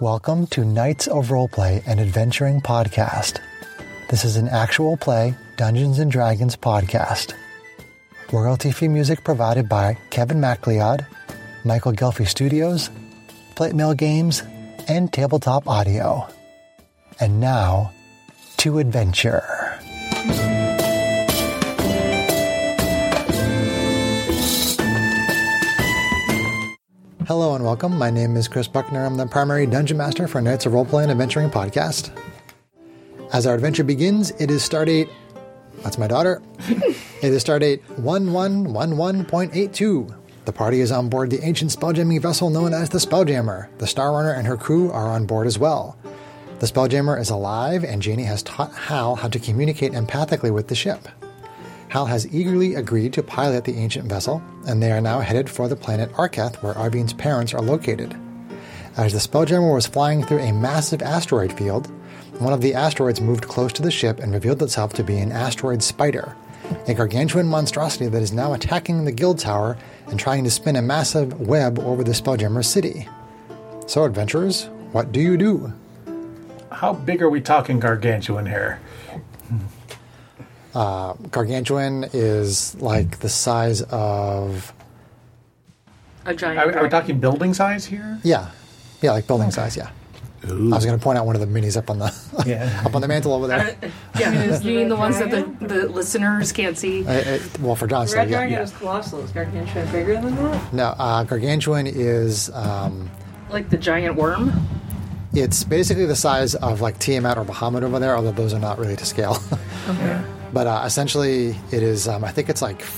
Welcome to Knights of Roleplay and Adventuring Podcast. This is an actual play Dungeons and Dragons podcast. Royalty free music provided by Kevin MacLeod, Michael Gelfie Studios, Plate Mail Games, and Tabletop Audio. And now, to adventure. Hello and welcome. My name is Chris Buckner. I'm the primary dungeon master for Knights of Roleplay and Adventuring podcast. As our adventure begins, it is stardate. That's my daughter. it is stardate 1111.82. The party is on board the ancient spelljamming vessel known as the Spelljammer. The Star Runner and her crew are on board as well. The Spelljammer is alive, and Janie has taught Hal how to communicate empathically with the ship. Hal has eagerly agreed to pilot the ancient vessel, and they are now headed for the planet Arcath, where Arvine's parents are located. As the Spelljammer was flying through a massive asteroid field, one of the asteroids moved close to the ship and revealed itself to be an asteroid spider, a gargantuan monstrosity that is now attacking the guild tower and trying to spin a massive web over the Spelljammer city. So, adventurers, what do you do? How big are we talking gargantuan here? Gargantuan is like the size of A giant. Are, are we dragon. talking building size here? Yeah, yeah, like building size. Yeah. I was going to point out one of the minis up on the Yeah. up on the mantle over there. yeah, you mean the ones that the, the listeners can't see? Uh, uh, well, for John's Red sake, yeah. Dragon is colossal. Is Gargantuan bigger than that? No, uh, gargantuan is um, Like the giant worm? it's basically the size of like Tiamat or Bahamut over there, although those are not really to scale. but uh, essentially, it is. Um, I think it's like f-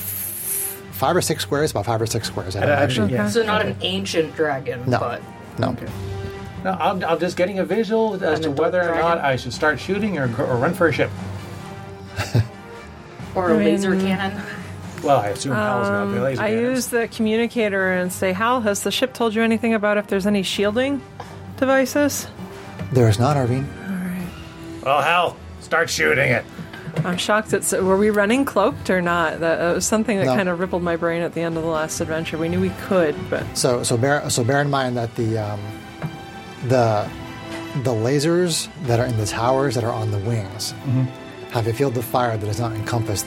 five or six squares, about five or six squares. I don't I- I- actually. yeah. So not an ancient dragon, No. but No. No, I'm, I'm just getting a visual as to adult whether or not dragon. I should start shooting or, or run for a ship. or a laser cannon. Well, I assume Hal's not the laser I cannon. use the communicator and say, Hal, has the ship told you anything about if there's any shielding devices? There is not, Arvine. Well, Hal, start shooting it. I'm shocked. It's were we running cloaked or not? That uh, was something that No. kind of rippled my brain at the end of the last adventure. We knew we could, but So so bear so bear in mind that the um, the the lasers that are in the towers that are on the wings Mm-hmm. have a field of fire that does not encompass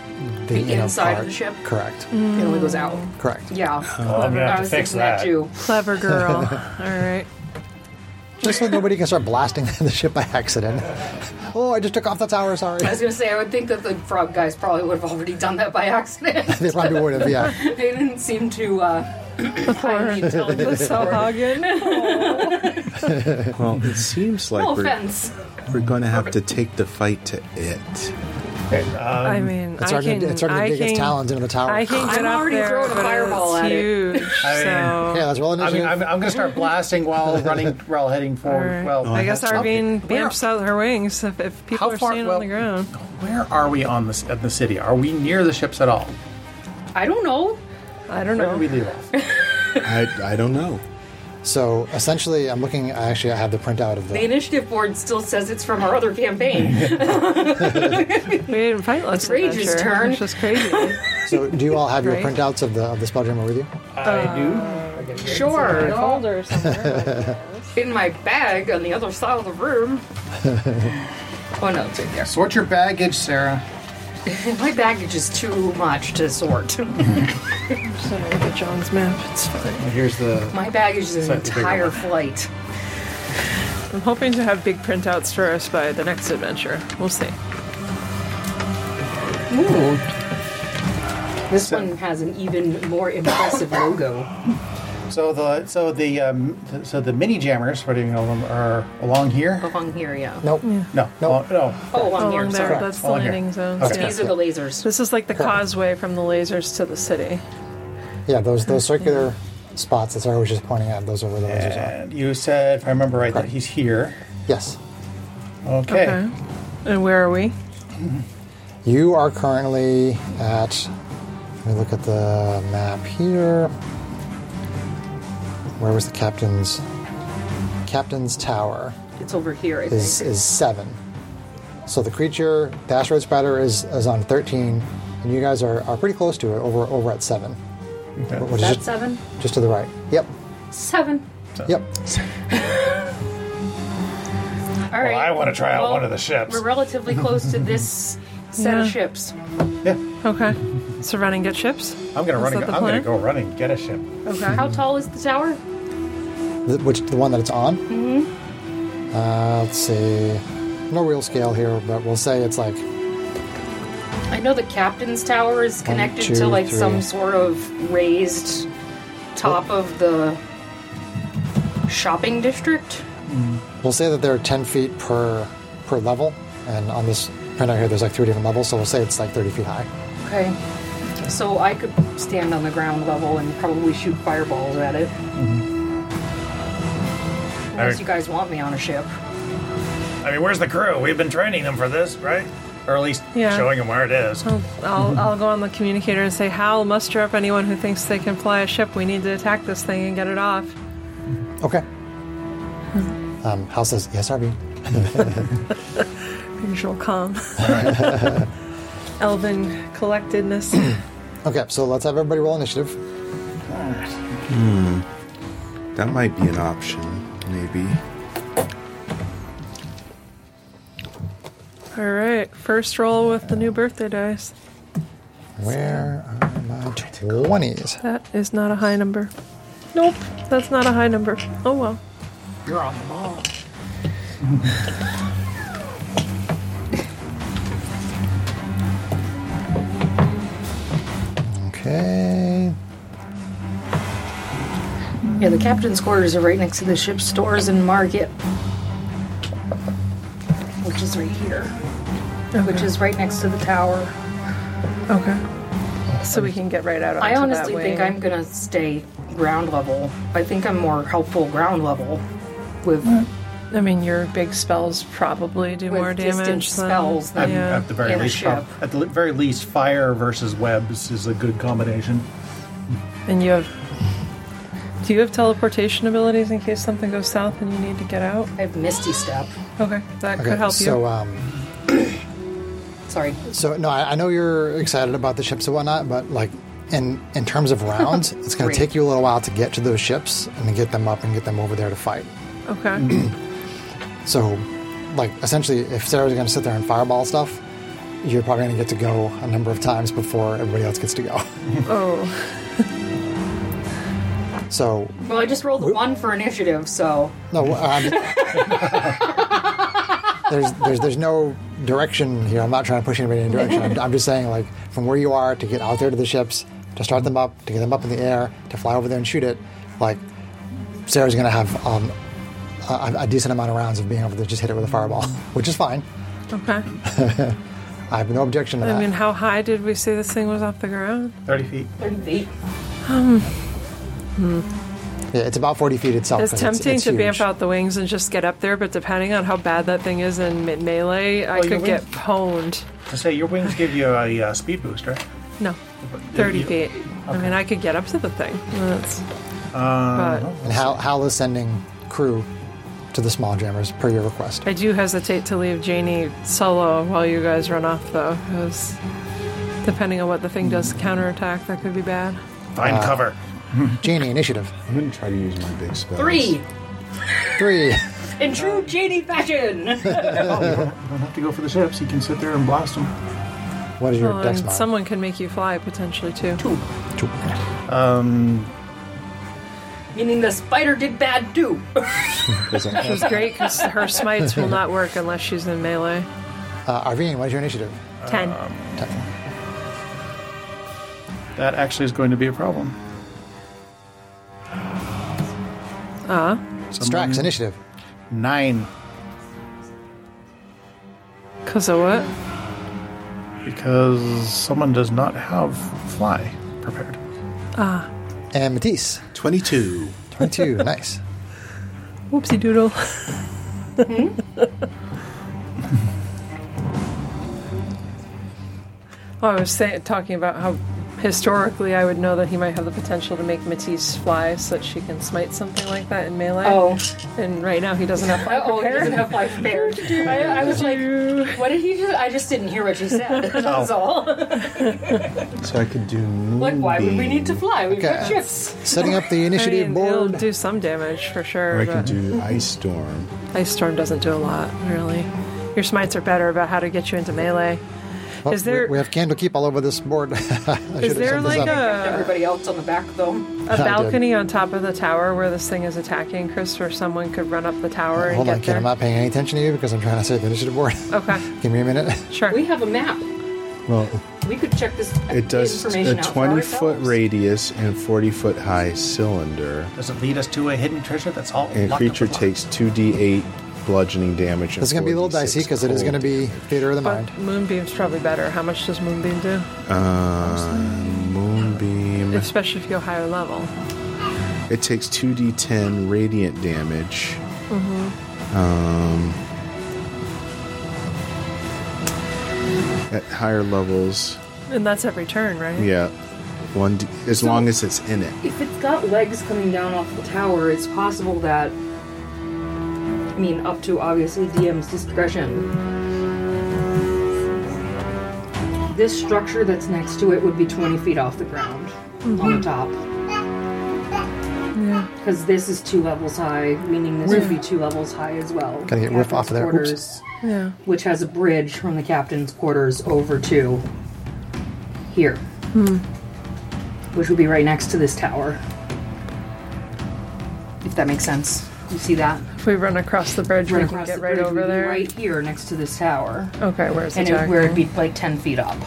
the, The inner inside of part. the ship? Correct. It only goes out. Correct. Yeah. Oh, I'm gonna have I to was fix thinking that. that. too. clever girl. All right. Just so nobody can start blasting the ship by accident. Oh, I just took off the tower. Sorry. I was gonna say I would think that the frog guys probably would have already done that by accident. They probably would have. Yeah. they didn't seem to uh highly intelligent. So Hagen, Um, Well, it seems like No we're, offense. we're going to have to take the fight to it. I mean, It's I starting, can, to, it's starting to I dig can, its talons into the tower. I can I'm get up already there, throwing a but fireball it's at it. huge. I mean- so yeah, let's roll I initiative. mean, I'm, I'm going to start blasting while running, while heading forward. Alright. Well, I guess that's Arvine tough. bamps out her wings if, if people How are far- standing well- on the ground. where are we on this at the city? Are we near the ships at all? I don't know. I don't Where do know. we leave off? I, I don't know. so essentially, I'm looking. Actually, I have the printout of The the. initiative board still says it's from our other campaign. We didn't fight last Rage's adventure, turn. which was crazy. So, do you all have your Right. printouts of the of the spelljammer with you? I do. sure. Folder somewhere. In my bag on the other side of the room. oh no, it's in there. Sort your baggage, Sarah. My baggage is too much to sort. Just gonna look at John's map. It's fine. Here's the. My baggage is an Slightly bigger entire one. flight. I'm hoping to have big printouts for us by the next adventure. We'll see. Ooh. This So- one has an even more impressive logo. So the so the um, so the mini jammers, what do you know them, are along here? Along here, yeah. Nope. No, Nope. no, no. Oh, along, Along here. there, Sorry. that's the Along here. landing zone. Okay. yeah. These are the lasers. This is like the causeway from the lasers to the city. Yeah, those those circular spots that Sarah was just pointing at. Those are where the lasers are. And you said, if I remember right, that he's here. Yes. Okay. And where are we? You are currently at. Let me look at the map here. Where was the captain's? Captain's tower It's over here, I think. is is seven. So the creature, the asteroid spider, is is on thirteen, and you guys are, are pretty close to it over over at seven, Okay. which is That's just, seven? just to the right. Yep. Seven. Yep. All right. I wanna try out one of the ships. We're relatively close to this set of Yeah. ships. Okay. So run and get ships. I'm gonna run. that And, the I'm gonna plan? go run and get a ship. Okay. How tall is the tower? The, which the one that it's on? Mm-hmm. Uh, let's see. No real scale here, but we'll say it's like I know the captain's tower is connected two, to like three. some sort of raised top Oh. of the shopping district. we'll say that there are ten feet per per level, and on this printout here, there's like three different levels, so we'll say it's like thirty feet high. Okay. So I could stand on the ground level and probably shoot fireballs at it. Unless Alright. you guys want me on a ship. I mean, where's the crew? We've been training them for this, right? Or at least Yeah. showing them where it is. I'll, I'll go on the communicator and say, Hal, muster up anyone who thinks they can fly a ship. We need to attack this thing and get it off. Okay. Um, Hal says yes, RB. Usual calm. Elven collectedness. Okay, so let's have everybody roll initiative. That might be an option, maybe. All right. First roll with the new birthday dice. Where are my twenties? That is not a high number. Nope. That's not a high number. Oh, well. You're on the ball. Okay. Yeah, the captain's quarters are right next to the ship's stores and market. Which is right here. Which is right next to the tower. Okay. So we can get right out on I honestly think I'm gonna stay ground level. I think I'm more helpful ground level with, I mean, your big spells probably do more with damage. distant than- spells than At, Yeah. at the very In a least, ship. prob- at the le- very least, fire versus webs is a good combination. And you have. Do you have teleportation abilities in case something goes south and you need to get out? I have Misty Step. Okay, that Okay. could help you. so um, Sorry. So no, I, I know you're excited about the ships and whatnot, but like in in terms of rounds, it's going to Great. take you a little while to get to those ships and to get them up and get them over there to fight. okay. So, like essentially, if Sarah's going to sit there and fireball stuff, you're probably going to get to go a number of times before everybody else gets to go. oh, So Well, I just rolled a one for initiative, so no, um, there's there's there's no direction here. I'm not trying to push anybody in any direction. I'm, I'm just saying like from where you are to get out there to the ships, to start them up, to get them up in the air, to fly over there and shoot it. Like Sarah's going to have um, a, a decent amount of rounds of being able to just hit it with a fireball, which is fine. okay. I have no objection to that. I mean, how high did we say this thing was off the ground? Thirty feet. 30 feet. yeah, it's about 40 feet itself. It's and tempting it's to huge. bamf out the wings and just get up there, but depending on how bad that thing is in me- melee, I Well, your could get wings- pwned. To say your wings give you a uh, speed boost, right? No, 30 you- feet. I mean, I could get up to the thing. That's, but And Hal, Hal is sending crew to the small jammers per your request. I do hesitate to leave Janie solo while you guys run off, though, because depending on what the thing does to counterattack, that could be bad. Find cover. Janie, initiative. I'm gonna try to use my big spell. Three! Three. In true Janie fashion! You don't have to go for the ships. You can sit there and blast them. What is your Well, dex Oh, and mod? someone can make you fly potentially too. Two. Meaning the spider did bad too. It's great because her smites will not work unless she's in melee. Uh, Arvine, what is your initiative? Ten. That actually is going to be a problem. Strax, initiative. Nine, Cause of what? because someone does not have fly prepared. And Matisse, 22. 22. nice. Whoopsie doodle. oh, I was say- talking about how historically I would know that he might have the potential to make Matisse fly so that she can smite something like that in melee. Oh. And right now he doesn't have fly Oh, he doesn't prepared. have my fair. I, I was like, what did he do? I just didn't hear what you said. That's all. So I could do like, moonbeam. why would we Mm. need to fly? We've got Okay. ships. Setting up the I initiative mean, he'll board. do some damage for sure. Or I but can do ice storm. Ice Storm doesn't do a lot, really. Your smites are better about how to get you into melee. Well, Is there- we, we have candlekeep all over this board. I should've there set this like up. Everybody else on the back, though. A did. balcony on top of the tower where this thing is attacking, Chris, where someone could run up the tower and Hold get on, kid. there. I'm not paying any attention to you because I'm trying to save the initiative board. Okay, Give me a minute. sure. We have a map. Well, We could check this it does a information out for 20 foot ourselves. radius and 40 foot high cylinder. Does it lead us to a hidden treasure that's all locked And a up creature with lock? takes 2d8 bludgeoning damage. and This is going to be a little 4d6 dicey because it is going to cold. be theater of the But mind. Moonbeam's probably better. How much does Moonbeam do? Uh, moonbeam. Especially if you go higher level. It takes 2d10 radiant damage. Um, at higher levels, And that's every turn, right? yeah. One, d- as So- long as it's in it. If it's got legs coming down off the tower, it's possible that. I mean, up to obviously DM's discretion. This structure that's next to it would be 20 feet off the ground on the top. Because this is two levels high, meaning this would be two levels high as well. Gotta get Whiff off of there. Oops. Quarters, Which has a bridge from the captain's quarters over to here, Hmm. which would be right next to this tower. If that makes sense. You see that? If we run across the bridge, Right we can across get the right bridge would over be there. Right here next to this tower. Okay, where's the And it, where tower? it'd be like 10 feet up.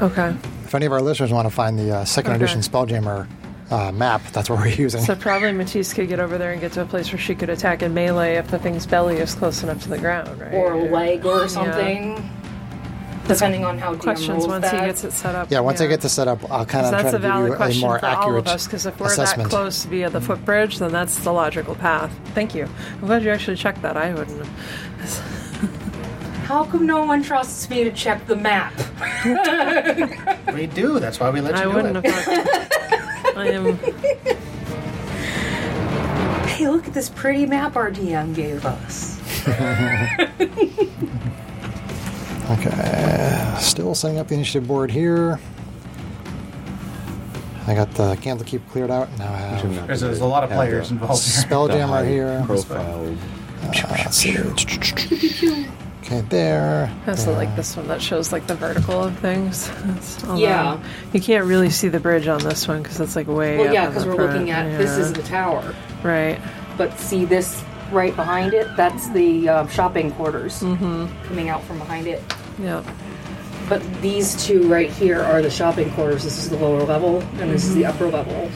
Okay. If any of our listeners want to find the uh, second Okay. edition Spelljammer uh, map, that's what we're using. So probably Matisse could get over there and get to a place where she could attack in melee if the thing's belly is close enough to the ground, right? Or a leg or something. Depending on how DM questions rolls once that. he gets it set up. yeah, once I get this set up, I'll kind of try that's to a give you valid a question more for all accurate of us because if we're assessment. that close via the footbridge, then that's the logical path. Thank you. I'm glad you actually checked that. I wouldn't. How come no one trusts me to check the map? We do. That's why we let you I do it. wouldn't have. thought- I am. Hey, look at this pretty map our DM gave us. Okay, still setting up the initiative board here. I got the candlekeep cleared out. Now I have There's, there's a lot of players involved here. Spelljammer here. Ah, Profile. Let's see. Okay, there. I also like this one that shows like the vertical of things. It's- although Yeah. You can't really see the bridge on this one because it's like way. Well, up yeah, in because the we're front. looking at this Yeah. is the tower. right. But see this right behind it? That's the uh, shopping quarters coming out from behind it. Yeah. But these two right here are the shopping quarters. This is the lower level, and this is the upper level.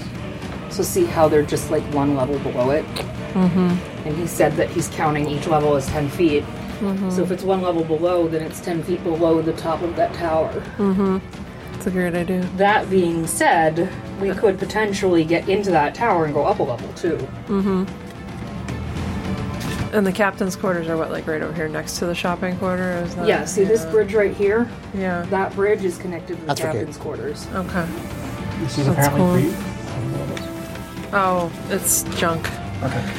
So see how they're just like one level below it. Mm-hmm. And he said that he's counting each level as ten feet. So if it's one level below, then it's ten feet below the top of that tower. It's a great idea. That being said, we could potentially get into that tower and go up a level too. And the captain's quarters are what, like right over here next to the shopping quarter? Is that, Uh, yeah. See this bridge right here. Yeah. That bridge is connected to the That's okay. captain's quarters. Okay. This is That's apparently cool. Oh, it's junk. for you. Okay.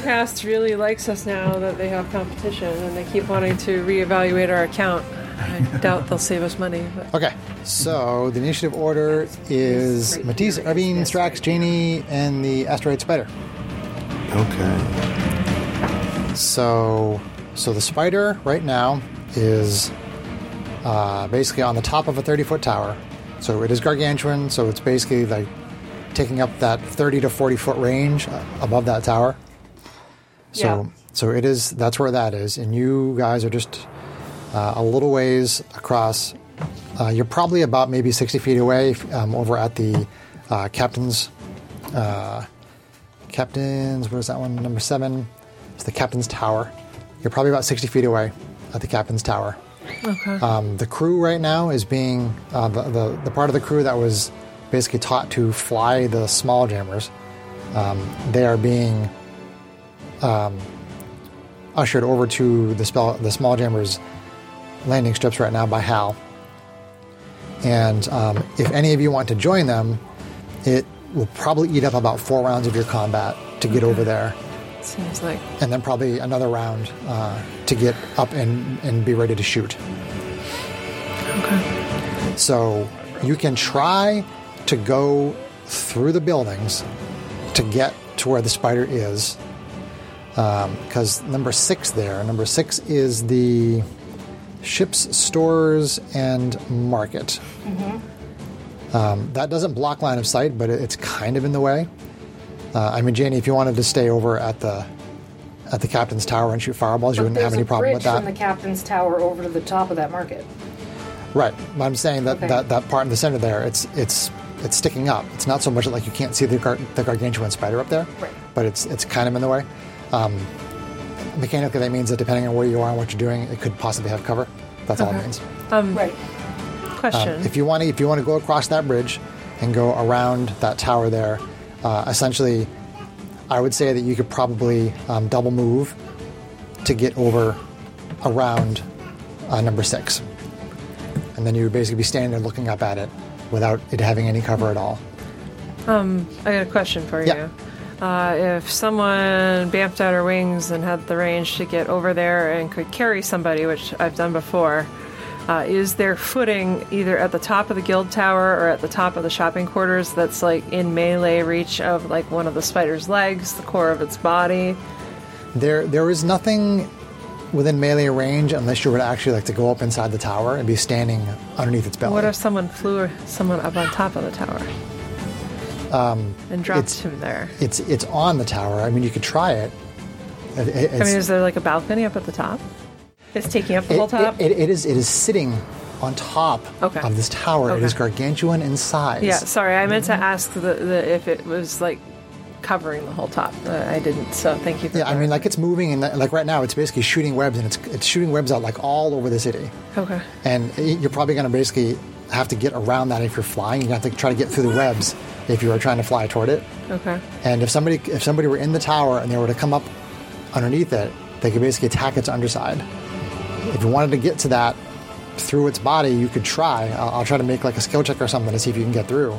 Comcast really likes us now that they have competition and they keep wanting to reevaluate our account. I doubt they'll save us money. But Okay, so the initiative order is Right Matisse, here. Irvine, Strax, Janie, and the asteroid spider. Okay. So, so the spider right now is uh, basically on the top of a 30 foot tower. So it is gargantuan. So it's basically like taking up that 30 to 40 foot range uh, above that tower. So, Yeah. so it is. That's where that is, and you guys are just uh, a little ways across. Uh, you're probably about maybe 60 feet away f- um, over at the uh, captain's uh, captain's what is that one number seven it's the captain's tower you're probably about 60 feet away at the captain's tower um, the crew right now is being uh, the, the, the part of the crew that was basically taught to fly the small jammers um, they are being um, ushered over to the spell the small jammers landing strips right now by hal and um, if any of you want to join them it will probably eat up about four rounds of your combat to get over there, it seems like and then probably another round uh, to get up and, and be ready to shoot. okay. So you can try to go through the buildings to get to where the spider is. because number six there, number six is the ship's stores and market. Mm-hmm. Um, that doesn't block line of sight, but it- it's kind of in the way. Uh, I mean, Janie, if you wanted to stay over at the at the captain's tower and shoot fireballs, you But wouldn't have there's any a problem bridge with that. from the captain's tower over to the top of that market. Right. But I'm saying that, Okay. that that part in the center there, it's it's it's sticking up. It's not so much that like you can't see the gar- the gargantuan spider up there, Right. but it's it's kind of in the way. Um, mechanically, that means that depending on where you are and what you're doing, it could possibly have cover. That's all it means. Right. Question. um, If you want to, if you want to go across that bridge and go around that tower there, uh, essentially, I would say that you could probably um, double move to get over around uh, number six, and then you would basically be standing there looking up at it without it having any cover at all. I got a question for Yeah. you. Uh, if someone bamped out her wings and had the range to get over there and could carry somebody, which I've done before, uh, is there footing either at the top of the guild tower or at the top of the shopping quarters that's like in melee reach of like one of the spider's legs, the core of its body? There, there is nothing within melee range unless you were to actually like to go up inside the tower and be standing underneath its belly. What if someone flew someone up on top of the tower and dropped Um, it's- him there? it's it's on the tower. I mean, you could try it. It- it- I it's- mean, is there like a balcony up at the top? It's taking up the It- whole top. It, it, it is. It is sitting on top Okay. of this tower. It Okay. is gargantuan in size. Yeah, sorry, I Mm-hmm. meant to ask the, the if it was like covering the whole top. Uh, I didn't, so thank you. For Yeah, I that. mean, like it's moving, and like right now, it's basically shooting webs, and it's it's shooting webs out like all over the city. okay, And it- you're probably going to basically have to get around that if you're flying. You have to try to get through the webs if you are trying to fly toward it. okay, And if somebody if somebody were in the tower and they were to come up underneath it, they could basically attack its underside. If you wanted to get to that through its body, you could try. I'll, I'll try to make like a skill check or something to see if you can get through.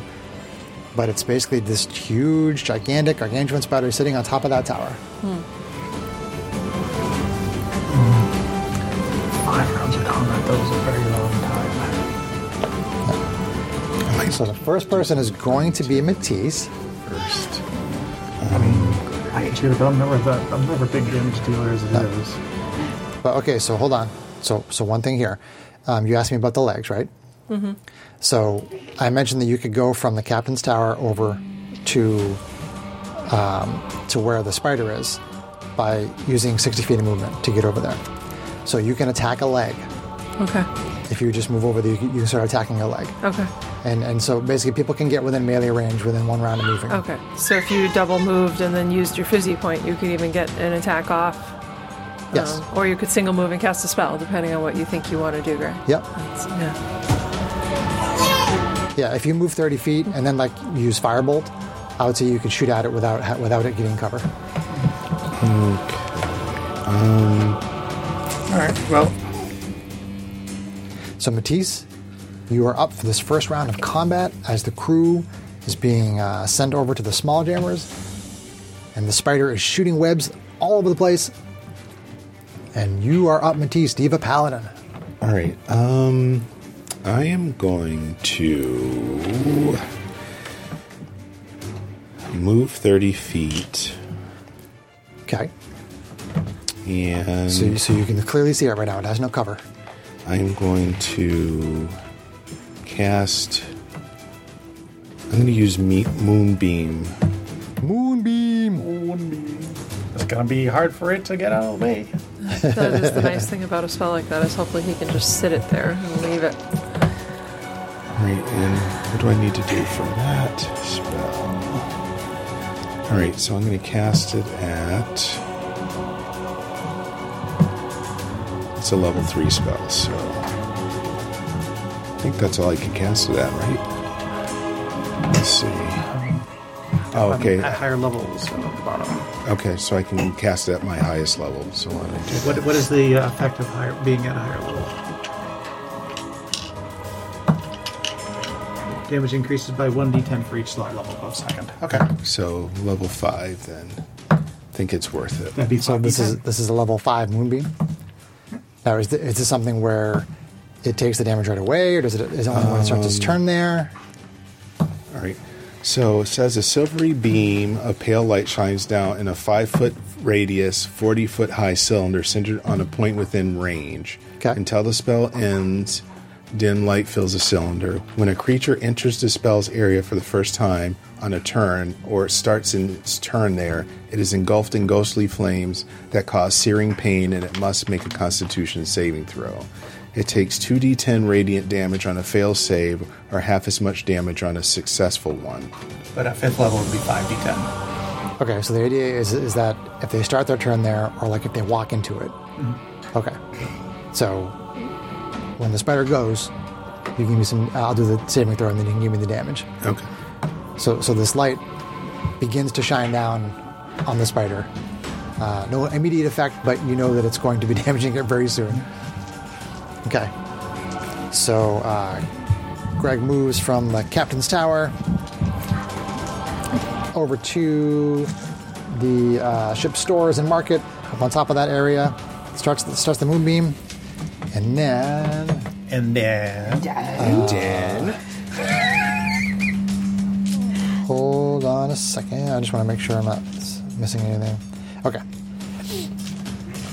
But it's basically this huge, gigantic, gargantuan spider sitting on top of that tower. Five rounds of combat. That was a very long time. So the first person is going to be Matisse. First. I mean, I hate you, but I'm never that. I'm never a big damage dealer as it is. But okay, so hold on. So so one thing here, um, you asked me about the legs, right? Mm-hmm. So I mentioned that you could go from the captain's tower over to um, to where the spider is by using sixty feet of movement to get over there. So you can attack a leg okay, if you just move over there. You can, you can start attacking a leg, okay, and and so basically people can get within melee range within one round of moving. okay. So if you double moved and then used your fizzy point, you could even get an attack off. Yes. Um, or you could single move and cast a spell, depending on what you think you want to do, Greg. Yep. That's- yeah. Yeah. If you move thirty feet and then like use firebolt, I would say you could shoot at it without ha- without it getting cover. All right. Well, So, Matisse, you are up for this first round of combat as the crew is being uh, sent over to the small jammers, and the spider is shooting webs all over the place. And you are up, Matisse, Diva Paladin. All right. Um, I am going to move thirty feet, Okay. and So, so you can clearly see it right now. It has no cover. I'm going to cast. I'm going to use me- moonbeam. Moonbeam. it's gonna be hard for it to get out of the way. That is the nice thing about a spell like that is hopefully he can just sit it there and leave it. All right, and what do I need to do for that spell? All right, so I'm going to cast it at. It's a level three spell, so I think that's all I can cast it at, right? Let's see. Oh, okay. At higher levels at the bottom. Okay, so I can cast it at my highest level. So why don't I do What, what is the uh, effect of higher, being at a higher level? Damage increases by 1d10 for each slot level above second. Okay. So level five, then. think it's worth it. That'd be So this is this is a level five moonbeam. Now, is, th- is this something where it takes the damage right away, or does it is it only when it starts its turn there? All right. So it says a silvery beam of pale light shines down in a five foot radius, 40 foot high cylinder centered on a point within range. Okay. Until the spell ends, dim light fills the cylinder. When a creature enters the spell's area for the first time on a turn, or starts in its turn there, it is engulfed in ghostly flames that cause searing pain and it must make a constitution saving throw. It takes 2d10 radiant damage on a fail save, or half as much damage on a successful one. But at fifth level, it would be 5d10. Okay, so the idea is is that if they start their turn there, or like if they walk into it. Okay, so when the spider goes, you give me some. I'll do the saving throw, and then you can give me the damage. Okay. So so this light begins to shine down on the spider. Uh, no immediate effect, but you know that it's going to be damaging it very soon. Okay. So uh, Greg moves from the captain's tower over to the uh, ship stores and market up on top of that area. Starts starts the moonbeam, and then And then. Uh, Hold on a second. I just want to make sure I'm not s- missing anything. Okay.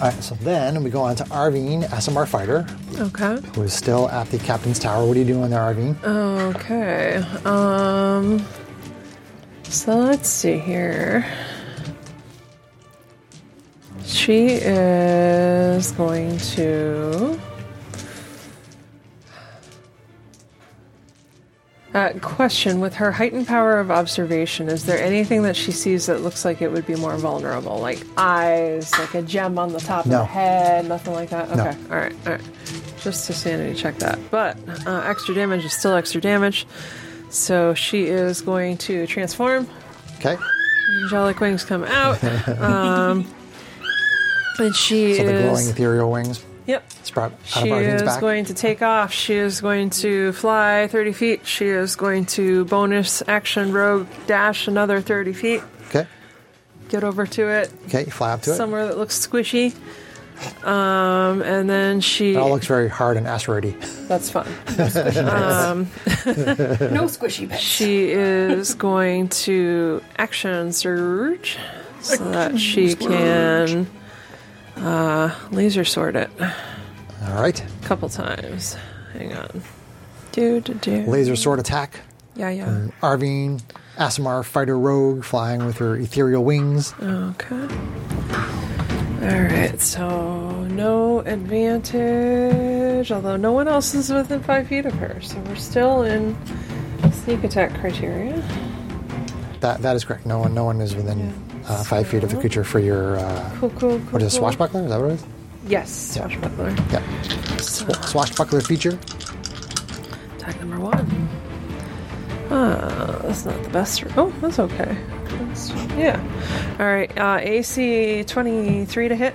All right. So then we go on to Arvine, SMR fighter, Okay. who is still at the captain's tower. What are you doing there, Arvine? Okay. Um. So let's see here. She is going to. Uh, question With her heightened power of observation, is there anything that she sees that looks like it would be more vulnerable? Like eyes, like a gem on the top No. of the head, nothing like that? No. Okay, alright, alright. Just to sanity check that. But uh, extra damage is still extra damage. So she is going to transform. Okay. Angelic wings come out. um, and she So the glowing is. ethereal wings Yep. sprout out She of Arvine's is back. going to take off. She is going to fly 30 feet. She is going to bonus action rogue dash another 30 feet. okay. Get over to it. Okay. You fly up to it. Somewhere that looks squishy. Um, and then she. It all looks very hard and asteroidy. That's fun. No squishy bits. She is going to action surge so that she can uh, laser sword it a All right. couple times. Hang on. Do, do, do. Laser sword attack. Yeah, yeah. Arvine, Asimar fighter rogue flying with her ethereal wings. Okay. All right, so no advantage, although no one else is within five feet of her, so we're still in sneak attack criteria. That that is correct. No one no one is within uh, five feet of the creature for your. Uh, Cool, cool, cool. What is it, cool. swashbuckler? Is that what it is? Yes, swashbuckler. Yeah. So- Sw- swashbuckler feature. Tag number one. Uh, that's not the best. Oh, that's okay. That's, yeah. All right. Uh, AC 23 to hit.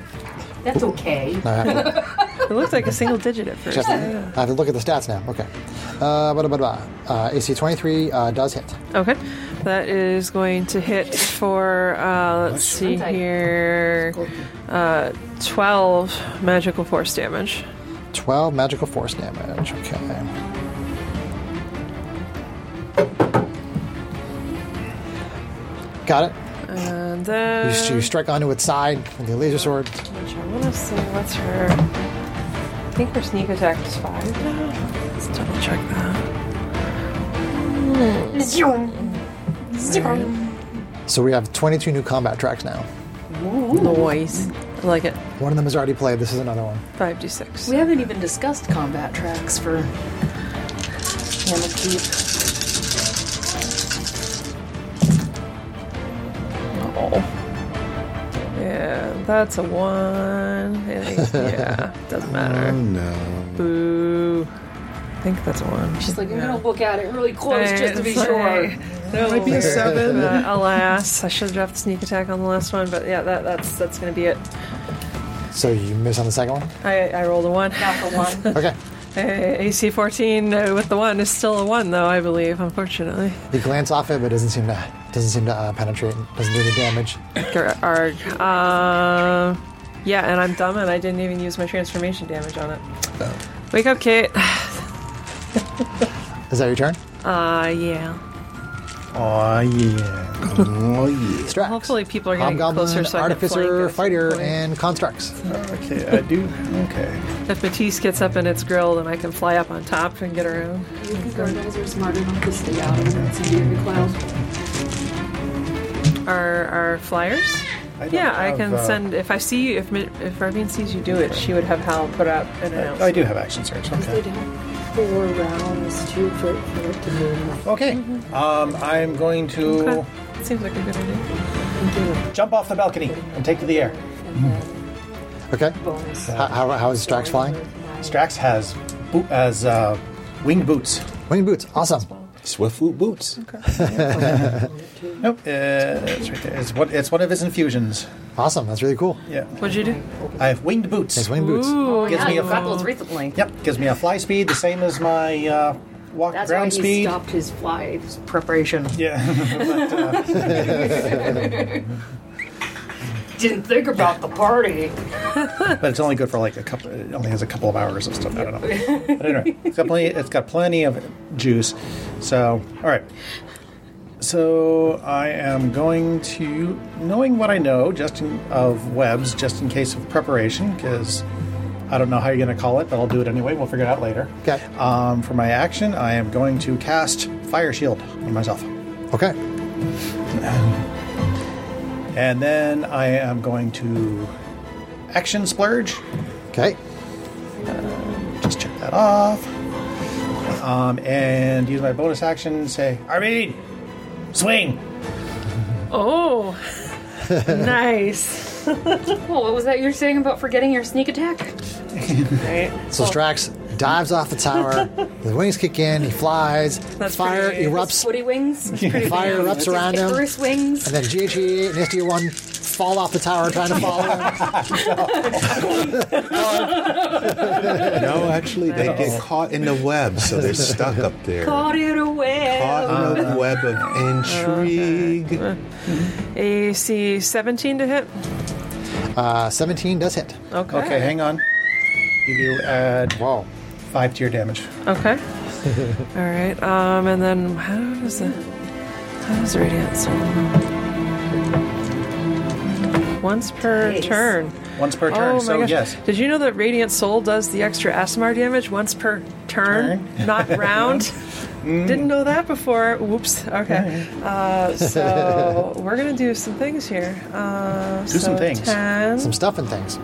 That's okay. I have, to, It looked like a single digit at first. I have to look at the stats now. Okay. Uh, blah, blah, blah. Uh, AC 23 uh, does hit. Okay. That is going to hit for, uh, let's see here, uh, 12 magical force damage. 12 magical force damage. Okay. Got it. And You, then. s- you strike onto its side with your laser sword. Which I want to see what's her. I think her sneak attack is five now. Let's double check that. So we have 22 new combat tracks now. Noise. I like it. One of them is already played. This is another one. 5d6. We haven't even discussed combat tracks for Hammer Keep. Yeah, that's a one. I think- Yeah, doesn't matter. No. Boo. I think that's a one. She's like, I'm gonna look at it really close just to be sure. That might be a seven. But alas, I should have dropped sneak attack on the last one, but yeah, that, that's that's gonna be it. So you miss on the second one? I, I rolled a one. Not the one. Okay. Uh, AC 14 uh, with the one is still a one, though I believe, unfortunately. You glance off it, but it doesn't seem to doesn't seem to uh, penetrate. Doesn't do any damage. Gar- Arg. Uh, yeah, and I'm dumb and I didn't even use my transformation damage on it. Oh. Wake up, Kate. Is that your turn? Uh, yeah. Oh yeah. Oh, yeah. Strax. Hopefully people are getting closer Hobgoblin, so I can Artificer, flank at some Fighter, point. and Constructs. Okay, I do. Okay. If Matisse gets up in its grill, then I can fly up on top and get around. You think our guys are smart enough to stay out of that Siberian cloud? Our our flyers. I don't yeah, I have, can uh, send if I see you, if Mi- if Arvine sees you do it, she would have Hal put out an announcement. I do have action search. They Okay. have four rounds to for, for it to move. Okay. Um, I'm going to Mm-hmm. Okay. Seems like a good idea. jump off the balcony and take to the air. Okay. Bonus. How, how, how is Strax flying? Strax has boot has uh, winged boots. Winged boots. Awesome. Swift Loop Boots. Nope. Uh, it's right there. It's one. It's one of his infusions. Awesome. That's really cool. Yeah. What'd you do? I have winged boots. Nice winged boots. Ooh, Gives Oh, yeah, me a you got those recently. Yep. Gives me a fly speed, the same as my uh, walk That's why ground he speed. stopped his fly his preparation. Yeah. uh, Didn't think about the party. but it's only good for like a couple. It only has a couple of hours of stuff. I don't know. But anyway, it's got plenty. It's got plenty of juice. So all right. So I am going to, knowing what I know, just in, of webs, just in case of preparation, because I don't know how you're going to call it, but I'll do it anyway. We'll figure it out later. Okay. Uh, Um, for my action, I am going to cast Fire Shield on myself. Okay. And then I am going to action splurge. Okay. Just check that off. Um, and use my bonus action. Say, Armin, swing. Oh, nice. Well, Oh, what was that you were saying about forgetting your sneak attack? Right. So Strax dives off the tower. the wings kick in. He flies. That's fire pretty- erupts. Footy wings. Fire erupts around him. Icarus wings. And then GHE and SDU1 fall off the tower trying to follow him. No, actually, they get caught in the web, so they're stuck up there. Caught it away. Caught in Uh, the web of intrigue. AC 17 to hit. Uh, 17 does hit. Okay. Okay, hang on. You do add Whoa. five to your damage. Okay. All right. Um, and then how does the how does radiance? Once per Nice. turn. Once per turn. oh my so gosh! yes. Did you know that Radiant Soul does the extra ASMR damage once per turn, not round? Didn't know that before. Whoops. Okay. Uh, so we're gonna do some things here. Uh, Do some so things. 10, Some stuff and things.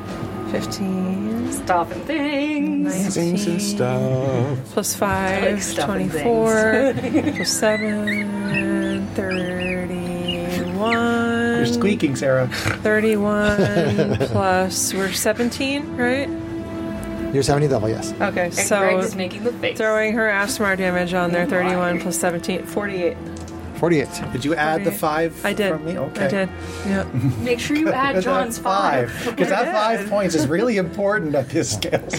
15, Stopping things. 19, Things and stuff. plus Like 5, stuffing 24, plus 7, 31. You're squeaking, Sarah. 31 plus, we're 17, right? You're 70 level, yes. Okay, And so Greg is Oh making the face. throwing her ASMR damage on there, 31 plus 17, 48. 48. Did you add the five? I did. From me? Okay. I did. Yeah. Make sure you add John's five. because that five points is really important up his scales.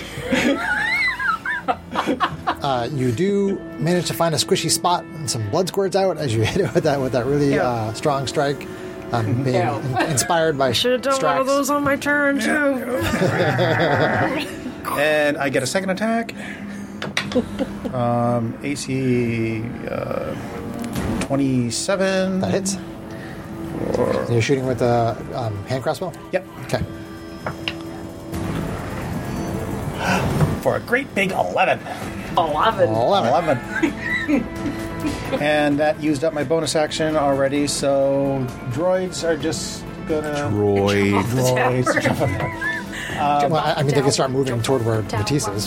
Uh, you do manage to find a squishy spot and some blood squirts out as you hit it with that with that really uh, strong strike. Um, being Ew. in- inspired by Should have done one of Strax. those on my turn, too. And I get a second attack. Um, AC uh, 27. That hits. And you're shooting with a um, hand crossbow? Yep. Okay. For a great big 11. Eleven. 11. 11. and that used up my bonus action already, so droids are just gonna. Droid. Droids. Well, I, I mean, they can down, start moving toward where Matisse is.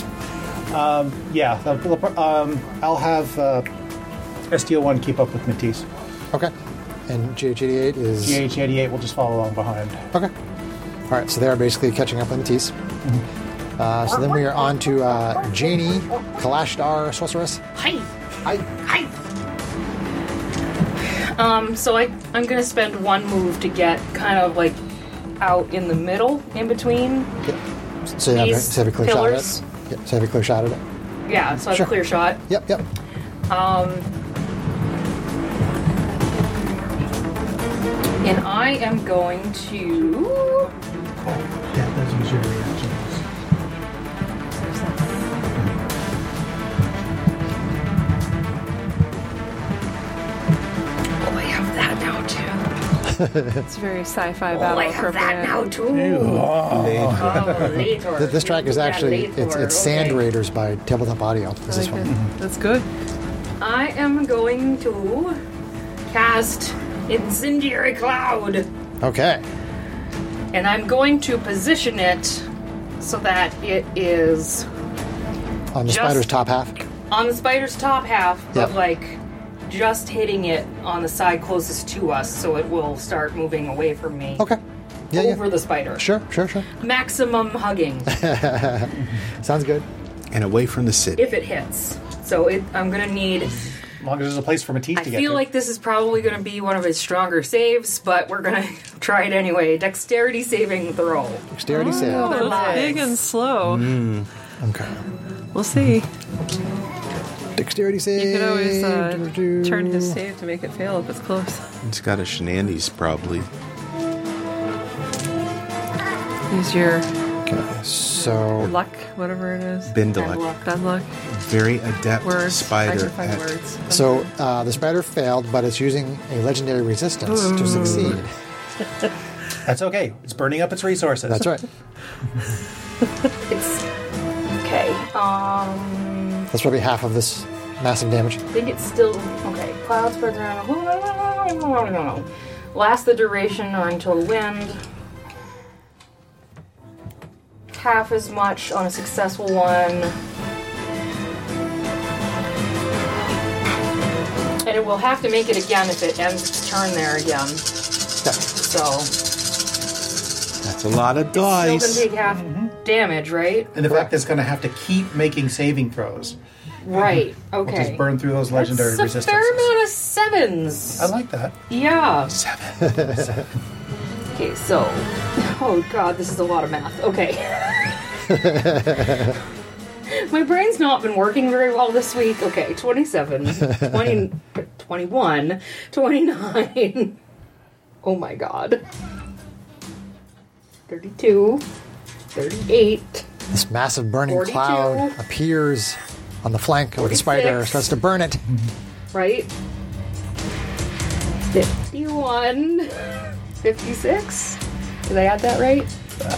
yeah, the- the- um, I'll have uh, STO1 keep up with Matisse. Okay. And GH88 is. GH 88 will just follow along behind. Okay. All right, so they're basically catching up with Matisse. Uh, so then we are on to uh, Janie, Kalashdar Sorceress. Hi. I, Hi. Um, so I I'm gonna spend one move to get kind of like out in the middle, in between. so, you have, These so you have a clear pillars? shot at it. Yep, so you have a clear shot at it. Yeah, so I have Sure. a clear shot. Yep, yep. And I am going to Yeah, that's usually reaction. Oh, It's very sci-fi battle I have that now appropriate. too. Oh, later. This track is Yeah, actually later, it's, it's Sand okay. Raiders by Tabletop Audio. Is this Like one? Mm-hmm. it. That's good. I am going to cast Incendiary Cloud, Okay. and I'm going to position it so that it is On the Just- spider's top half. on the spider's top half, but Yep. like just hitting it on the side closest to us, so it will start moving away from me. Okay. Yeah, over yeah. the spider. Sure, sure, sure. Maximum hugging Sounds good. and away from the city. if it hits. So it, I'm gonna need. As long as there's a place for Matisse I to get feel to. like this is probably gonna be one of his stronger saves, but we're gonna try it anyway. Dexterity saving throw. Dexterity Oh, save. it's lives. big and slow. Mm. Okay. We'll see. Dexterity save. You could always uh, Do- do- turn his save to make it fail if it's close. It's got a shenanigans probably. Use your Okay. So luck, whatever it is. Bindelek, Bad luck. very adept Words. I spider can find at words. so uh, the spider failed, but it's using a legendary resistance to Mm. succeed. That's okay. It's burning up its resources. That's right. It's okay. Um, That's probably half of this massive damage. I think it's still okay. Cloud spreads around. Last the duration or until wind. Half as much on a successful one. And it will have to make it again if it ends its turn there again. Yeah. So That's a lot of still dice. gonna take half damage, right? And the fact that it's going to have to keep making saving throws. Right. We'll Okay. just burn through those legendary It's a fair resistances. amount of sevens. I like that. Yeah. Seven. Okay, so. Oh god, this is a lot of math. Okay. My brain's not been working very well this week. Okay, 27, 20, 21, 29. Oh my god. 32, 38. This massive burning 42. cloud appears on the flank of the spider, 46. starts to burn it. right? 51, 56. Did I add that right?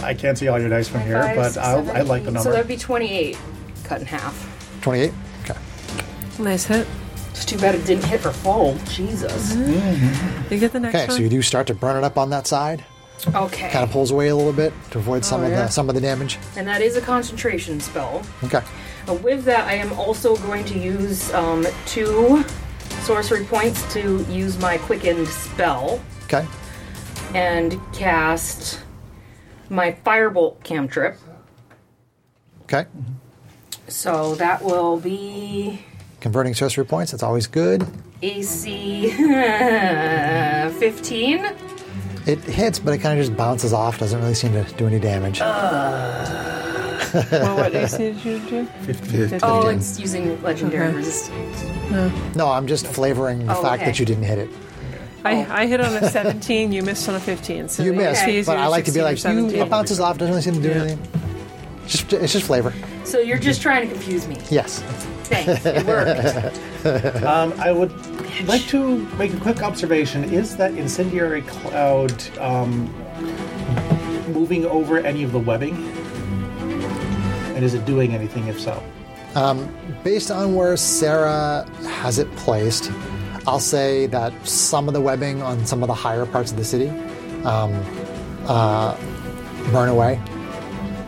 I can't see all your dice from here, Five, but six, I'll, seven, I like the eight. number. So that'd be 28 cut in half. 28. Okay. Nice hit. It's too bad it didn't hit or fall. Jesus. You get the next Okay, one. so you do start to burn it up on that side. Okay. Kind of pulls away a little bit to avoid some of yeah. the some of the damage. And that is a concentration spell. Okay. Uh, with that, I am also going to use um, two sorcery points to use my quickened spell Okay. and cast my firebolt cantrip. Okay. So that will be Converting sorcery points, that's always good. AC 15. It hits, but it kind of just bounces off, doesn't really seem to do any damage. well, what AC did you do? Oh, Again. it's using legendary Okay. resistance. no, I'm just flavoring the Oh, fact okay. that you didn't hit it. I, I hit on a 17. You missed on a 15. So You it missed, must be but easier I like to be 16 or like, you, 17. it bounces off, doesn't really seem to do Yeah. anything. Just, it's just flavor. So you're just trying to confuse me. Yes. Thanks. It worked. Um, I would like to make a quick observation. Is that incendiary cloud um, moving over any of the webbing? And is it doing anything if so? Based on where Sarah has it placed, I'll say that some of the webbing on some of the higher parts of the city um, uh, burn away.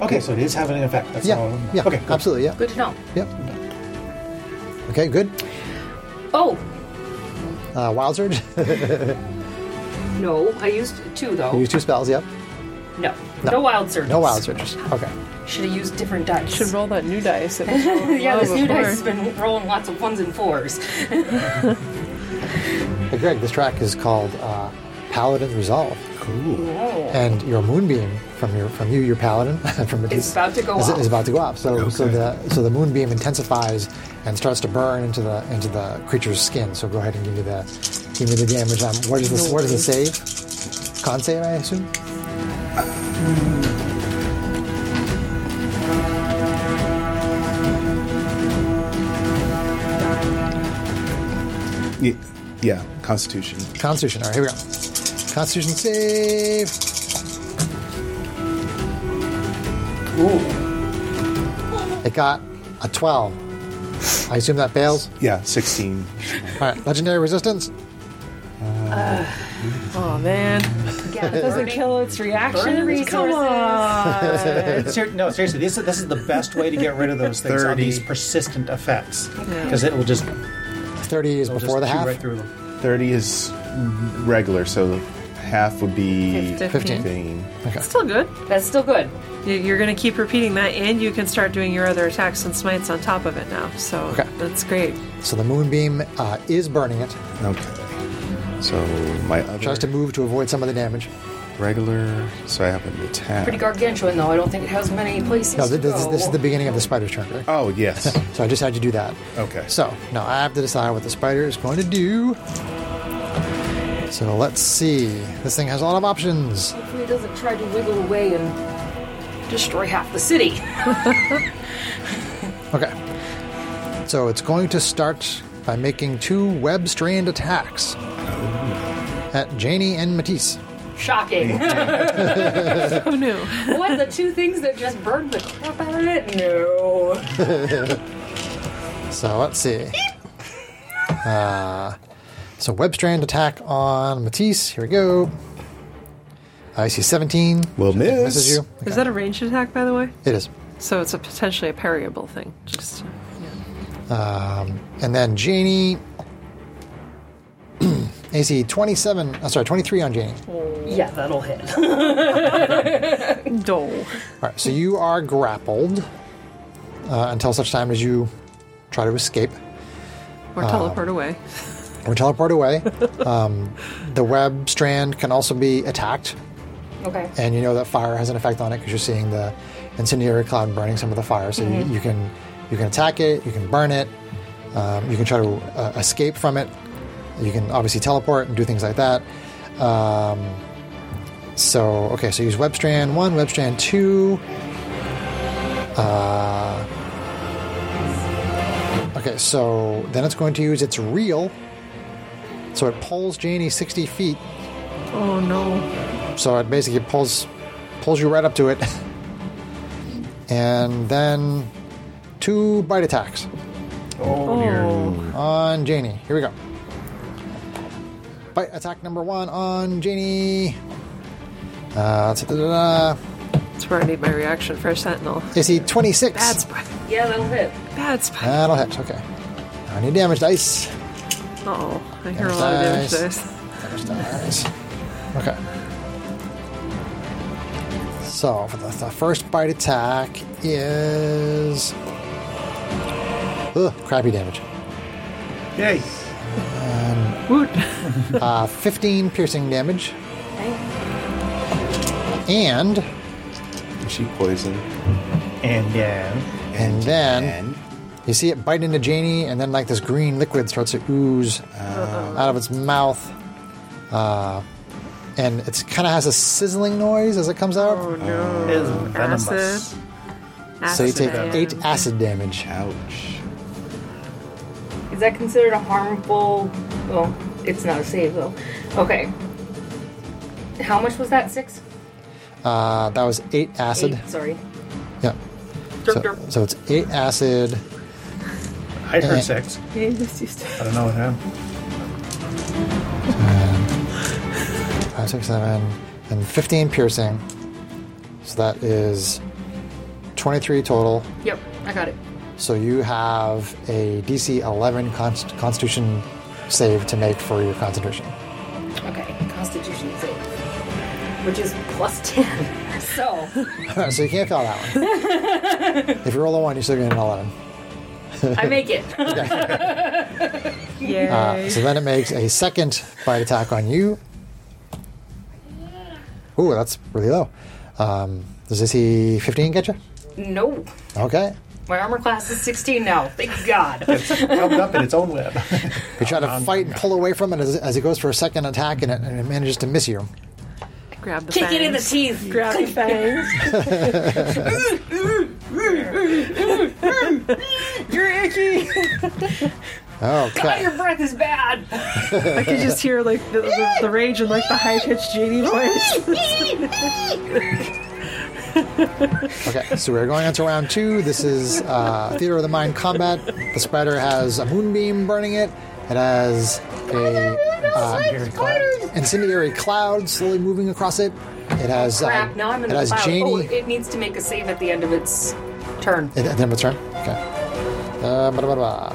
Okay, so it is having an effect. That's Yeah, all. yeah, Okay, cool. absolutely, yeah, Good to know. yep. Okay, good. Oh, Uh, Wild Surge, no. I used two, though. use two spells, yep. No. No, wild surges. No Wild Surges, okay. Should have used different dice. Should roll that new dice. It was rolling yeah, low this new before. dice has been rolling lots of ones and fours. Hey, Greg, this track is called uh, Paladin's Resolve. Cool. and your moonbeam from your from you, your paladin, from the It's about to go is, off. is about to go off. So so Okay. the so the moonbeam intensifies and starts to burn into the into the creature's skin. So go ahead and give me the give me the damage. Um, what is this? What is the save? Con save, I assume. Yeah, yeah, Constitution. Constitution. All right, here we go. Constitution save. It got a 12. I assume that fails. Yeah, 16. All right, legendary resistance. Oh man, Again, doesn't kill its reaction. resources. Come on. Ser- no, seriously, this is, this is the best way to get rid of those things on 30. these persistent effects because it will just it'll 30 is just before the chew half. right through them. 30 is regular, so half would be Fifteen. 15. Still good. That's still good. You- You're going to keep repeating that, and you can start doing your other attacks and smites on top of it now. So Okay. that's great. So the moonbeam uh, is burning it. Okay. So my other Tries to move to avoid some of the damage. regular, so I have an attack. Pretty gargantuan, though. I don't think it has many places No, to th- this, is- go. this is the beginning of the spider's turn. right? oh, yes. So I just had you do that. Oh. Okay. So now I have to decide what the spider is going to do. So let's see. This thing has a lot of options. Hopefully it doesn't try to wiggle away and destroy half the city. Okay. So it's going to start by making two web strand attacks at Janie and Matisse. Shocking. Who knew? what the two things that just burned the crap out of it? No. So let's see. Uh, so web strand attack on Matisse. Here we go. I see 17. Will So I think it miss. Misses you. Is that a ranged attack, by the way? It is. So it's a potentially a parryable thing. Just And then Janie. AC 27. Oh, sorry, 23 on Janie. Yeah, that'll hit. dole. All right, so you are grappled uh, until such time as you try to escape Ah. Or teleport away. or teleport away. um, the web strand can also be attacked, okay. and you know that fire has an effect on it because you're seeing the incendiary cloud burning some of the fire. So you, you can you can attack it, you can burn it, um, you can try to uh, escape from it. You can obviously teleport and do things like that. Um, so okay, so use web strand one, web strand two. Uh, Okay, so then it's going to use its reel. So it pulls Janie 60 feet. Oh no. So it basically pulls pulls you right up to it. and then two bite attacks Oh. on Janie. Here we go. Bite attack number one on Janie. Uh, da, da, da, da. That's where I need my reaction for a sentinel. AC 26. Bad spot. Yeah, that'll hit. Bad spot. That'll hit. Okay. I need damage dice. Uh oh. I hear a lot of damage Nice. dice. Nice. Okay. So for the, the first bite attack is ugh, crappy damage. Yay! Woot. Uh, Fifteen piercing damage, and Is she poisoned? And uh, then and then And you see it bite into Janie, and then like this green liquid starts to ooze uh, out of its mouth, uh, and it kind of has a sizzling noise as it comes out. Oh no. is venomous. Acid. so you take Acid. eight acid damage. ouch. Is that considered a harmful? Well, it's not a save though. Okay. How much was that? Six. Uh, that was eight acid. Eight, sorry. Yeah. So, derp. so it's eight acid. I heard six. Yeah, you just used I to- don't know what happened. Five, six, seven, and 15 piercing. So that is 23 total. Yep, I got it. So you have a DC 11 const- Constitution save to make for your concentration. Okay. Constitution save, which is plus ten. So so you can't fail that one. if you roll a one, you're still getting an 11. I make it. Yay. Uh, so then it makes a second bite attack on you. Ooh, that's really low. Um, does AC 15 get you? no, Okay. my armor class is sixteen now. Thank God. It's held up in its own web. You try to fight and pull away from it as, as it goes for a second attack, and it, and it manages to miss you. Grab the Kick it in the fangs. teeth. Grab the fangs. You're icky. God, Okay. your breath is bad. I could just hear like the, the, the rage and like the high pitched Genie voice. Okay, so we're going on to round two. This is uh, Theater of the Mind combat. The spider has a moonbeam burning it. It has a uh, incendiary cloud slowly moving across it. It has uh, Crap. Now I'm in it the has cloud. Janie. Oh, it needs to make a save at the end of its turn. At the end of its turn? Okay. Uh, blah, blah, blah.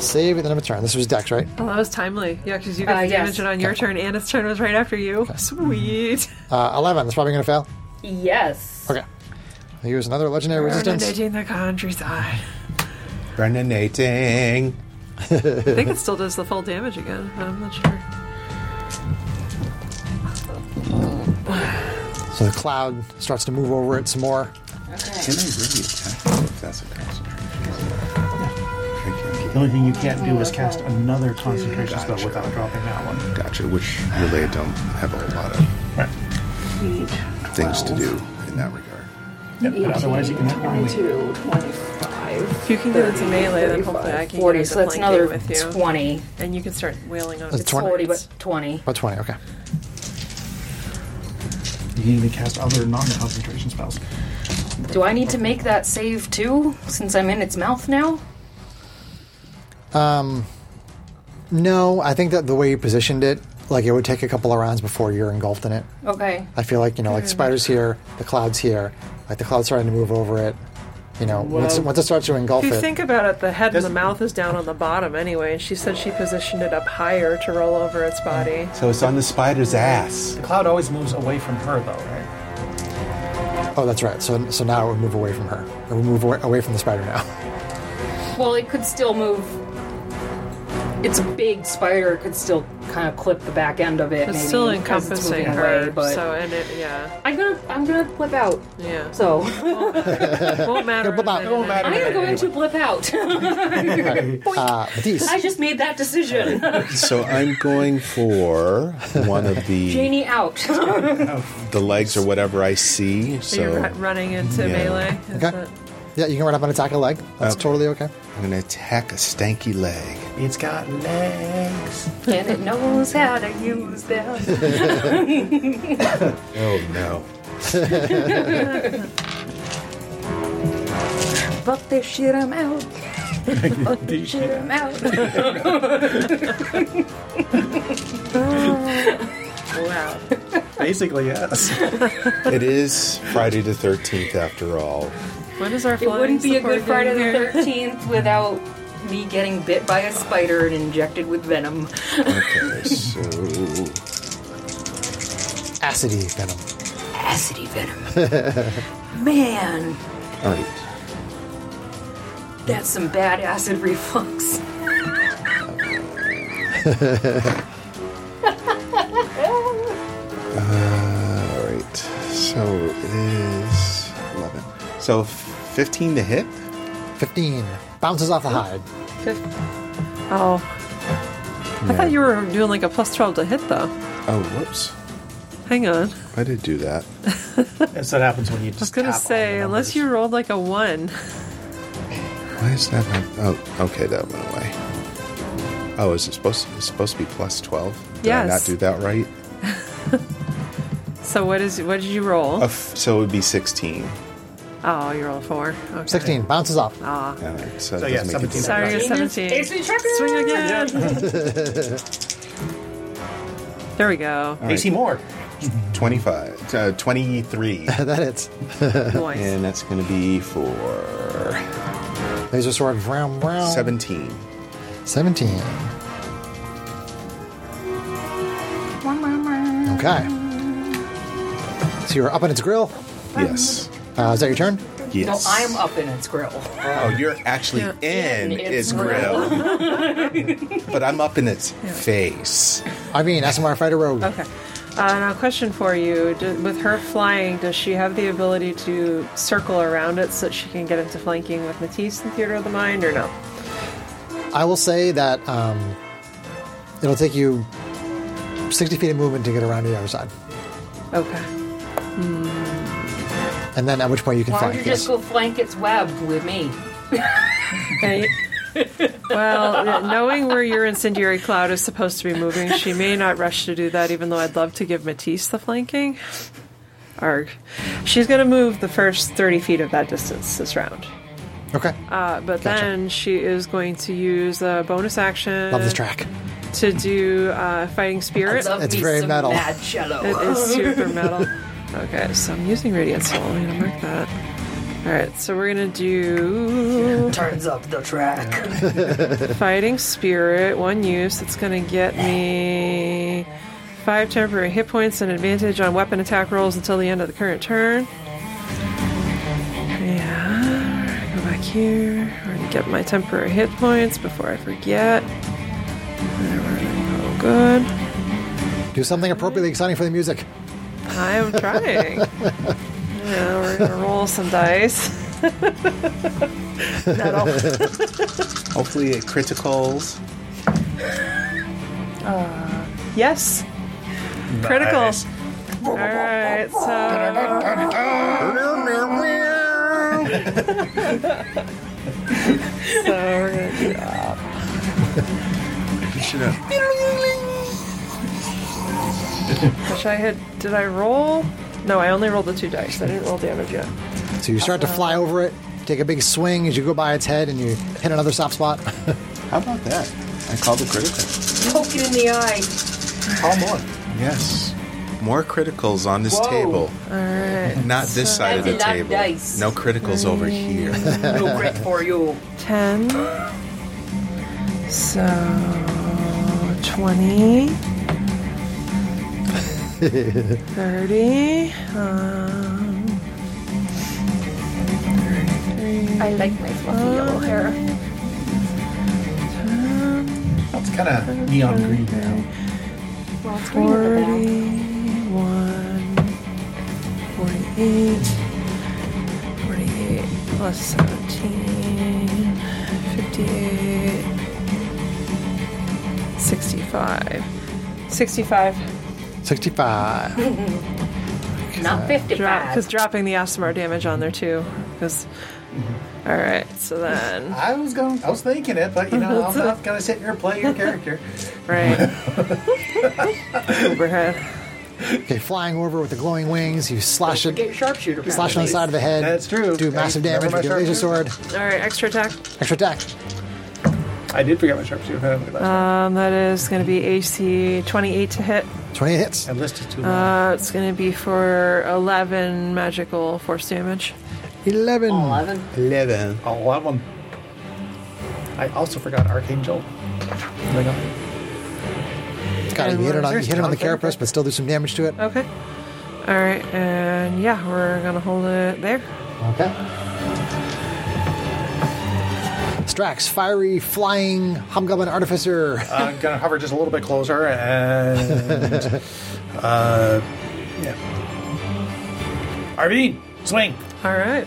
Save at the end of its turn. This was Dex, right? Well, that was timely. Yeah, because you Uh, got the yes. damage it on your turn, and its turn was right after you. Sweet. Uh, 11. That's probably going to fail. Yes. Okay. I use another legendary resistance. Dominating the countryside. Renenating. I think it still does the full damage again, but I'm not sure. So the cloud starts to move over it some more. Can I really attack if that's a concentration? The Thank you. only thing you can't do is cast another concentration spell without dropping that one. Gotcha, which really I don't have a whole lot of things to do in that regard. Yep, but otherwise you can only 22, 25. If you can get into melee, then hopefully I can 40, get into so that's flanking another with you. 20. And you can start wailing on It's it. 20. 40, but 20. About 20, okay. you can even cast other non-concentration spells. Do I need to make that save too, since I'm in its mouth now? No, I think that the way you positioned it, like it would take a couple of rounds before you're engulfed in it. Okay. I feel like, you know, like spiders here, the cloud's here, like the cloud's starting to move over it. You know, once, once it starts to engulf If you it. think about it, the head and the Does- mouth is down on the bottom anyway, and she said she positioned it up higher to roll over its body. So it's on the spider's ass. The cloud always moves away from her, though, right? oh, that's right. So, so now it would move away from her. It would move away, away from the spider now. Well, it could still move. It's a big spider. It could still kind of clip the back end of it. It's maybe, still as it's encompassing moving her, away, but so and it yeah I'm gonna I'm gonna blip out. yeah. So So won't matter. Bye-bye. if It it- won't I am going to blip out. Uh, these. I just made that decision. So I'm going for one of the Janie out. the legs or whatever I see. So you're So ru- running into Yeah. melee. Is Okay. it? Yeah, you can run up and attack a leg. That's Okay. totally okay. I'm gonna attack a stanky leg. It's got legs. and it knows how to use them. Oh no. Fuck this shit, I'm out. Fuck this shit, I'm out. Wow. Basically, yes. It is Friday the 13th after all. When is our It wouldn't be a good Friday the here? 13th without me getting bit by a spider and injected with venom. Okay, so Acidy venom. Acity venom. Man, all right. that's some bad acid reflux. All right. So it is 11. So 15 to hit. 15. Bounces off the hide. Oh. I thought you were doing like a plus 12 to hit though. Oh, whoops. Hang on. I did do that. That's what happens when you just. I was going to tap all the say, unless numbers. you rolled like a 1. Why is that? my- Oh, okay, that went away. Oh, is it supposed to, it's supposed to be plus 12? Did I not Yes. do that right? So what is what did you roll? A f- Oh, so it would be 16. oh, you rolled a 4. Okay. 16. Bounces off. Ah. All right, so, So, it yeah, doesn't make it 17. Sorry, you're 17. It's injected. Swing again. there we go. AC more. 25, uh, 23. that hits. Nice. and that's going to be for Laser sword. Vroom, vroom. Oh. 17. 17. Okay. So you're up on its grill. Yes. Uh, is that your turn? No, Yes. I'm up in its grill. Oh, you're actually in In its its grill. but I'm up in its face. I mean, SMR Fighter Rogue. Okay. Uh, now, question for you: Do, With her flying, does she have the ability to circle around it so that she can get into flanking with Matisse in Theater of the Mind, or no? I will say that um, it'll take you 60 feet of movement to get around to the other side. Okay. and then at which point you can Why flank. don't you yes. just go flank its web with me? Okay. well, yeah, knowing where your incendiary cloud is supposed to be moving, she may not rush to do that, even though I'd love to give Matisse the flanking. Arg. She's going to move the first 30 feet of that distance this round. Okay. Uh, but Gotcha. then she is going to use a bonus action Love this track. to do uh, Fighting Spirit. Love It's me very some metal. Mad cello. It is super metal. Okay, so I'm using Radiant Soul. I'm going to mark that. All right, so we're going to do. Turns up the track. Fighting Spirit, one use. It's going to get me five temporary hit points and advantage on weapon attack rolls until the end of the current turn. Yeah, go back here. We're going to get my temporary hit points before I forget. There we're going to go good. Do something appropriately exciting for the music. I'm trying. yeah, we're going to roll some dice. Metal. Hopefully, it criticals. Yes. Critical. Nice. All right, so so we're gonna do Should have- Which I had. Did I roll? No, I only rolled the two dice. I didn't roll damage yet. So you start to fly over it, take a big swing as you go by its head, and you hit another soft spot. How about that? I called it critical. Poke it in the eye. Call more. Yes. More criticals on this Whoa. table. All right. Not this side of the That's a lot of table. dice. No criticals over here. No crit for you. Ten. So twenty. Thirty. Um, I like my fluffy yellow hair. It's kind of neon green now. Well, it's green at the back. 41, 48, 48 plus 17, 58, 65. 65. 65. Not Drop, 55. because dropping the Asmar damage on there too. Because, all right, so then, I was going. I was thinking it, but you know, I'm not gonna sit here and play your character. right. Overhead. Okay, flying over with the glowing wings, you slash Get it, sharpshooter. slash it on the penalties. side of the head. That's true. Do massive Hey, damage remember with your my laser sword. sharpshooter? All right, extra attack. Extra attack. I did forget my sharpshooter. penalty last time. Um, that is going to be AC 28 to hit. 20 hits. I listed too long. Uh, it's going to be for 11 magical force damage. 11. Oh, 11. 11. Oh, well, that one. I also forgot Archangel. Oh my God. Got it. You hit it on, you hit it on the There's carapace, but still do some damage to it. Okay. All right, and yeah, we're going to hold it there. Okay. Strax, fiery, flying hobgoblin artificer. I'm gonna hover just a little bit closer and uh, yeah. Arvine, swing. All right.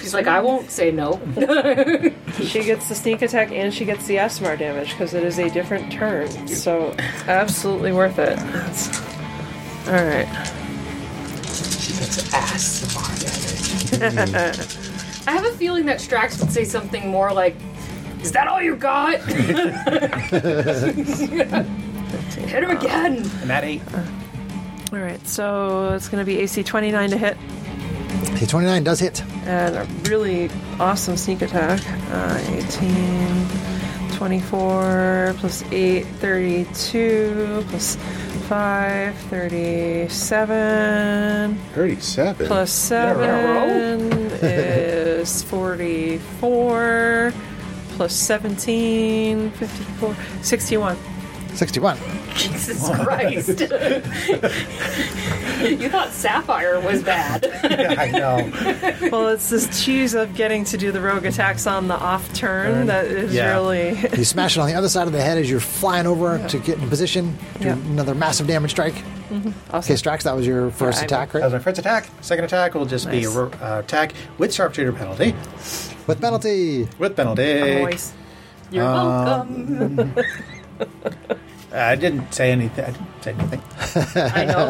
She's like, I won't say no. She gets the sneak attack and she gets the Asmar damage because it is a different turn. So, absolutely worth it. All right. Ass of our damage. I have a feeling that Strax would say something more like, Is that all you got? Hit him again. And that eight. All right, so it's going to be AC 29 to hit. Okay, 29 does hit. and a really awesome sneak attack. Uh, 18, 24, plus 8, 32, plus 5, 37, 37. plus row? 7 is 44, plus 17, 54, 61. 61. Jesus Christ. you thought Sapphire was bad. Yeah, I know. Well, it's this cheese of getting to do the rogue attacks on the off turn that is Yeah. really. You smash it on the other side of the head as you're flying over to get in position. Do Yeah. Mm-hmm. another massive damage strike. Okay, awesome. Strax, that was your first I- attack, That was right? my first attack. Second attack will just be a Nice. ro- uh, attack with sharpshooter penalty. With penalty. With penalty. Always. You're welcome. Uh, I didn't say anything. I didn't say anything. Um, I know.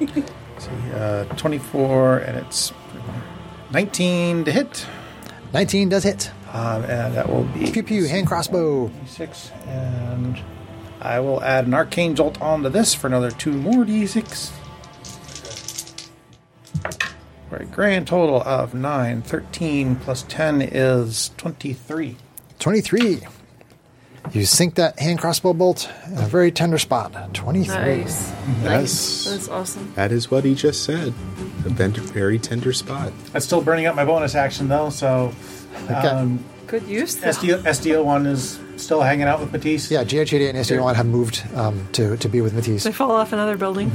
Let's see, uh, 24, and it's 19 to hit. 19 does hit. Um, and that will be Pew pew, hand crossbow. 6 and I will add an arcane jolt onto this for another two more d6. For a grand total of 9, 13 plus 10 is 23. 23. You sink that hand crossbow bolt in a very tender spot. 23. Nice. That's, That's awesome. that is what he just said. A bend- very tender spot. That's still burning up my bonus action though, so Okay. um, Good use. though. SDO, SDO one is still hanging out with Matisse. Yeah, GH88 and SDO1 have moved um, to, to be with Matisse. They fall off another building.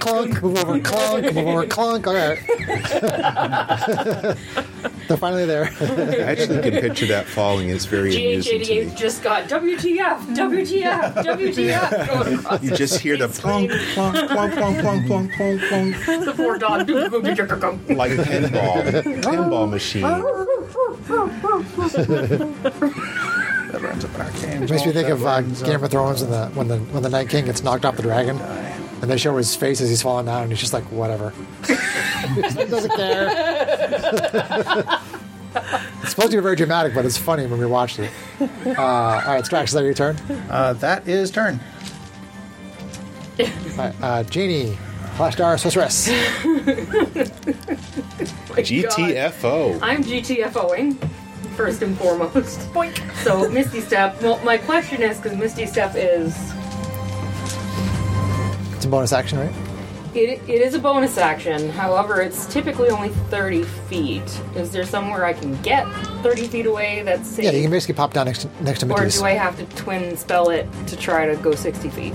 clunk, move over, clunk, move over, clunk. All right. They're finally there. I actually can picture that falling. It's very amusing to me. GH88 just got WTF, WTF, WTF going across. You just hear the plonk, plonk, plonk, plonk, plonk, plonk, plonk, plonk, the poor dog. Boom, like a pinball, pinball machine. That rounds up an arcane Makes me jolt, think that of uh, rounds Game up- of Thrones and the, when, the, when the Night King gets knocked off the dragon. And they show his face as he's falling down, and he's just like, whatever. he doesn't care. it's supposed to be very dramatic, but it's funny when we watched it. Uh, all right, Strax, is that your turn? Uh, that is turn. All right, uh, Genie, Flash Star, Sorceress. Oh GTFO. I'm GTFOing, first and foremost. So, Misty Step. Well, my question is because Misty Step is. It's a bonus action, right? It, it is a bonus action, however, it's typically only 30 feet. Is there somewhere I can get 30 feet away that's safe? Yeah, you can basically pop down next to, next to or Matisse. do I have to twin spell it to try to go 60 feet?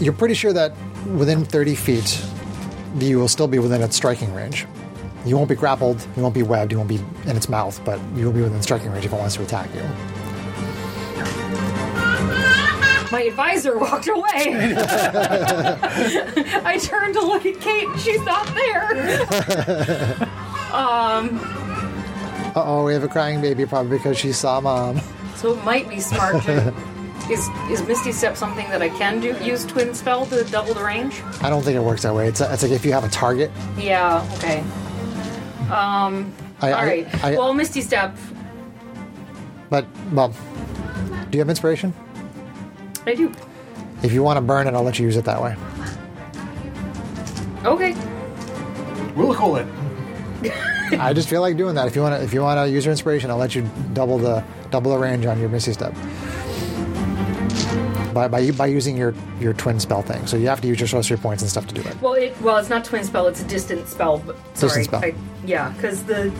You're pretty sure that within 30 feet, you will still be within its striking range. You won't be grappled, you won't be webbed, you won't be in its mouth, but you will be within striking range if it wants to attack you. My advisor walked away. I turned to look at Kate and she's not there. Uh oh, we have a crying baby, probably because she saw mom. So it might be smart to. Is, is Misty Step something that I can do? Use Twin Spell to double the range? I don't think it works that way. It's, it's like if you have a target. Yeah, okay. I, I- All right. I- well, Misty Step, but, well, do you have inspiration? I do. If you want to burn it, I'll let you use it that way. Okay. We'll call it. I just feel like doing that. If you want to, if you want to use your inspiration, I'll let you double the double the range on your Misty Step by by by using your your twin spell thing. So you have to use your sorcery points and stuff to do it. Well, it well, it's not twin spell; it's a distant spell. But, sorry, Distant spell. I, yeah, because the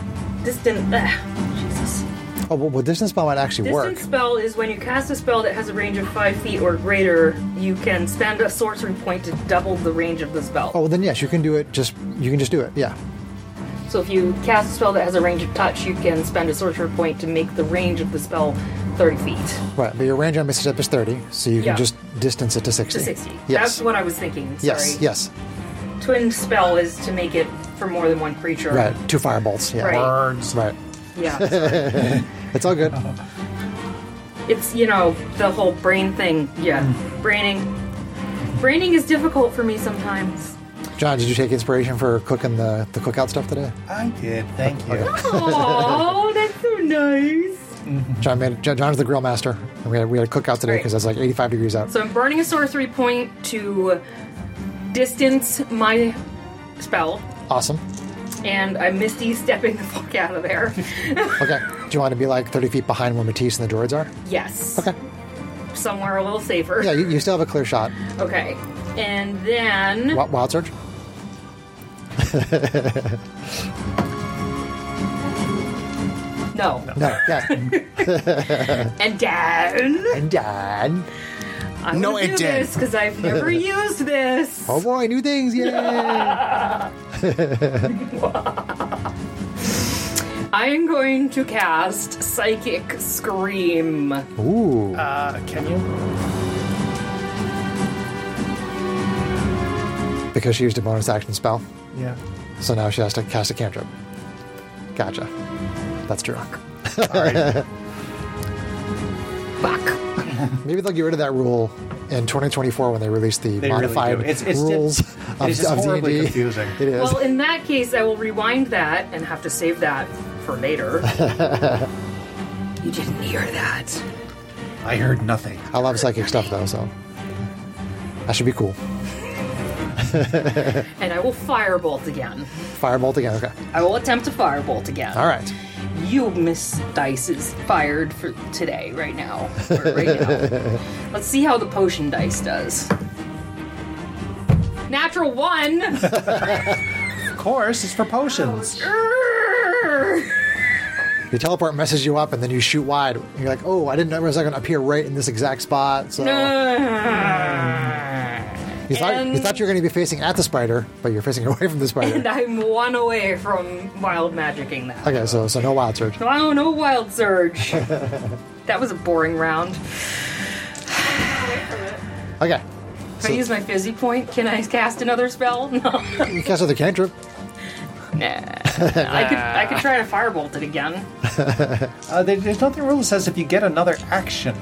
distant ugh, Jesus Oh, well, well distance spell might actually distant work. spell is when you cast a spell that has a range of five feet or greater. You can spend a sorcery point to double the range of the spell. Oh, well, then yes, you can do it. Just you can just do it. Yeah. So if you cast a spell that has a range of touch, you can spend a sorcery point to make the range of the spell thirty feet Right, but your range on Misty Step is 30, so you can Yeah. just distance it to 60. to sixty. Yes. That's what I was thinking. Sorry. yes, yes. Twin spell is to make it for more than one creature. Right, two firebolts. Yeah. Right. Birds. Right. Yeah. It's all good. it's you know the whole brain thing yeah braining braining is difficult for me sometimes John, did you take inspiration for cooking the, the cookout stuff today? I did. Thank you. oh that's so nice John made, John- John's the grill master, and we had we had a cookout today Right. because it's like 85 degrees out. so i'm burning a sorcery point to distance my spell Awesome. and i'm misty stepping the fuck out of there Okay. Do you want to be like 30 feet behind where Matisse and the droids are? yes Okay. somewhere a little safer Yeah, you, you still have a clear shot. okay and then Wild, wild Surge? no. No. Yeah. and then and done. i'm No, gonna it do didn't. this because i've never used this Oh boy, new things. Yay. I am going to cast Psychic Scream. Ooh. Uh, can you? because she used a bonus action spell. Yeah. So now she has to cast a cantrip. Gotcha. That's true. Fuck. Maybe they'll get rid of that rule in 2024 when they release the They really modified do. It's- it's just- rules it is just of, of horribly D&D. confusing. It is. Well, in that case, I will rewind that and have to save that for later. you didn't hear that. I heard nothing. I love psychic stuff though, so that should be cool. And I will firebolt again. Firebolt again. Okay. I will attempt to firebolt Uh, again. All right. You, Miss Dice, is fired for today, right now. Or right now. Let's see how the potion dice does. Natural one! Of course, it's for potions. Your teleport messes you up, and then you shoot wide. You're like, oh, I didn't know it was going to appear right in this exact spot. So you thought you And- thought you were going to be facing at the spider, but you're facing away from the and spider. I'm one away from wild magicking that. Okay, so so no wild surge. Oh, no wild surge. that was a boring round. Okay, If I use my fizzy point, can I cast another spell? No. nah. you cast other cantrip. I could I could try to firebolt it again. Uh, there, there's nothing rule that says if you get another action,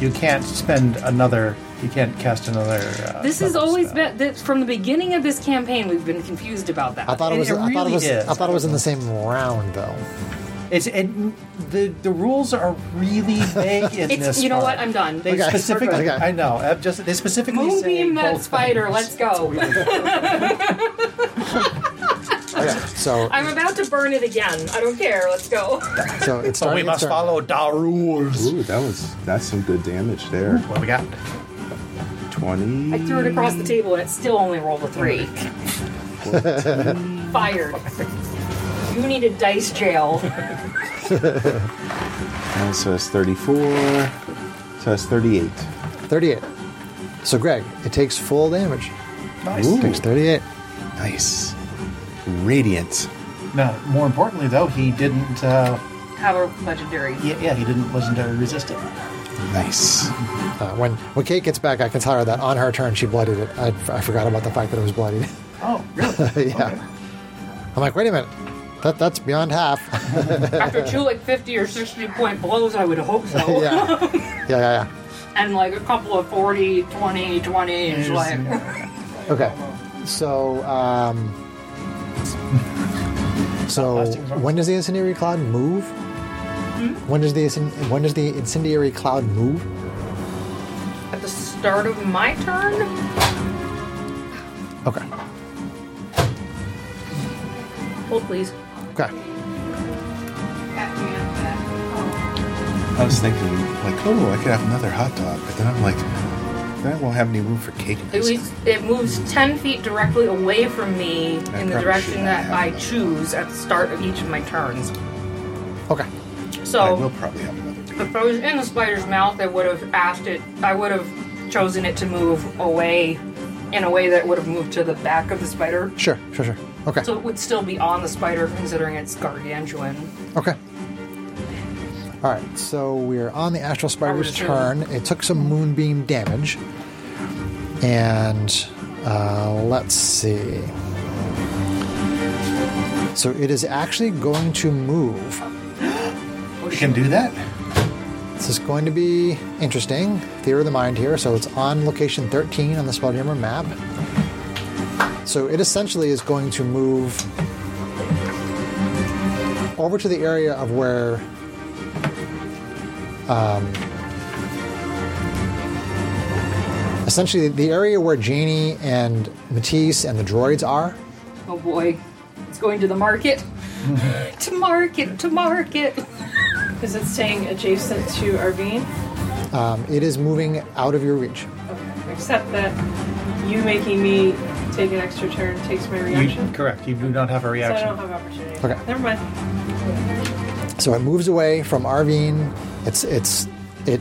you can't spend another. You can't cast another. Uh, This has level always spell. been this, from the beginning of this campaign. We've been confused about that. I thought it was. It- it I thought it really was. is. I thought it was in the same round though. It's it, the the rules are really vague in It's- this. you know part. what? I'm done. They Okay. specifically. Okay. I know. I'm just they specifically say Moonbeam that both spider. things. Let's go. Okay, so I'm about to burn it again. I don't care. Let's go. so it's So starting. it's we Oh, must starting. follow the rules. Ooh, that was that's some good damage there. What we got? Twenty. I threw it across the table and it still only rolled a three. Fired. You need a dice jail. And so that's thirty-four. So that's thirty-eight. 38. So Greg, it takes full damage. Nice. Ooh. Takes 38. Nice. Radiant. Now, more importantly, though, he didn't. Uh, Have a legendary. yeah, yeah, he didn't legendary resist it. Nice. Uh, when when Kate gets back, I can tell her that on her turn she bloodied it. I, I forgot about the fact that it was bloodied. Oh, really? yeah. I'm like, wait a minute, that that's beyond half. After two like fifty or sixty point blows, I would hope so. yeah, yeah, yeah, And like a couple of 40, 20, 20, and she's like yeah. Okay, so um, so when does the incendiary cloud move? When does the incen- when does the incendiary cloud move? at the start of my turn? Okay, Hold please. okay. I was thinking like, oh, I could have another hot dog, but then I'm like, then I won't have any room for cake. and It, ice was, it moves 10 feet directly away from me in the probably direction shouldn't that have I that. choose at the start of each of my turns. Okay. I will So, probably have another. if I was in the spider's mouth, I would have asked it, I would have chosen it to move away in a way that would have moved to the back of the spider. Sure. Sure. Sure. Okay. So, it would still be on the spider considering it's gargantuan. Okay. All right, so we're on the astral spider's Probably turn. It took some moonbeam damage, and uh, let's see. So it is actually going to move. we can do that. This is going to be interesting. Theater of the mind here. So it's on location 13 on the Spelljammer map. So it essentially is going to move over to the area of where. Um, essentially, the area where Janie and Matisse and the droids are. Oh boy, it's going to the market. to market, to market. Is it staying adjacent to Arvine? Um, it is moving out of your reach. Except that you making me take an extra turn takes my reaction. You, correct. You do not have a so I don't reaction. have opportunity. Okay. Never mind. So it moves away from Arvine. It's it's it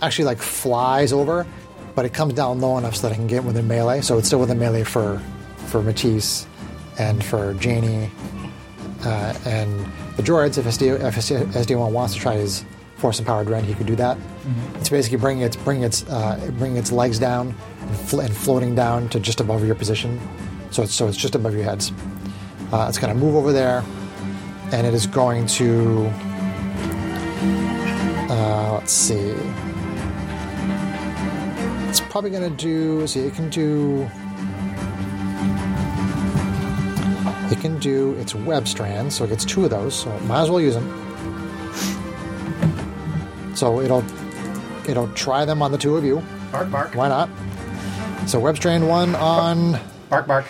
actually like flies over, but it comes down low enough so that I can get within melee. So it's still within melee for for Matisse and for Janie uh, and the droids. If SD if SD one wants to try his force empowered rend, he could do that. It's basically bringing its bringing its uh, bringing its legs down and, fl- and floating down to just above your position. So it's so it's just above your heads. Uh, it's going to move over there and it is going to Uh, let's see. It's probably going to do. let's See, it can do. It can do its web strands, so it gets two of those. So might as well use them. So it'll it'll try them on the two of you. Bark, bark. Why not? So web strand one on Bark, bark.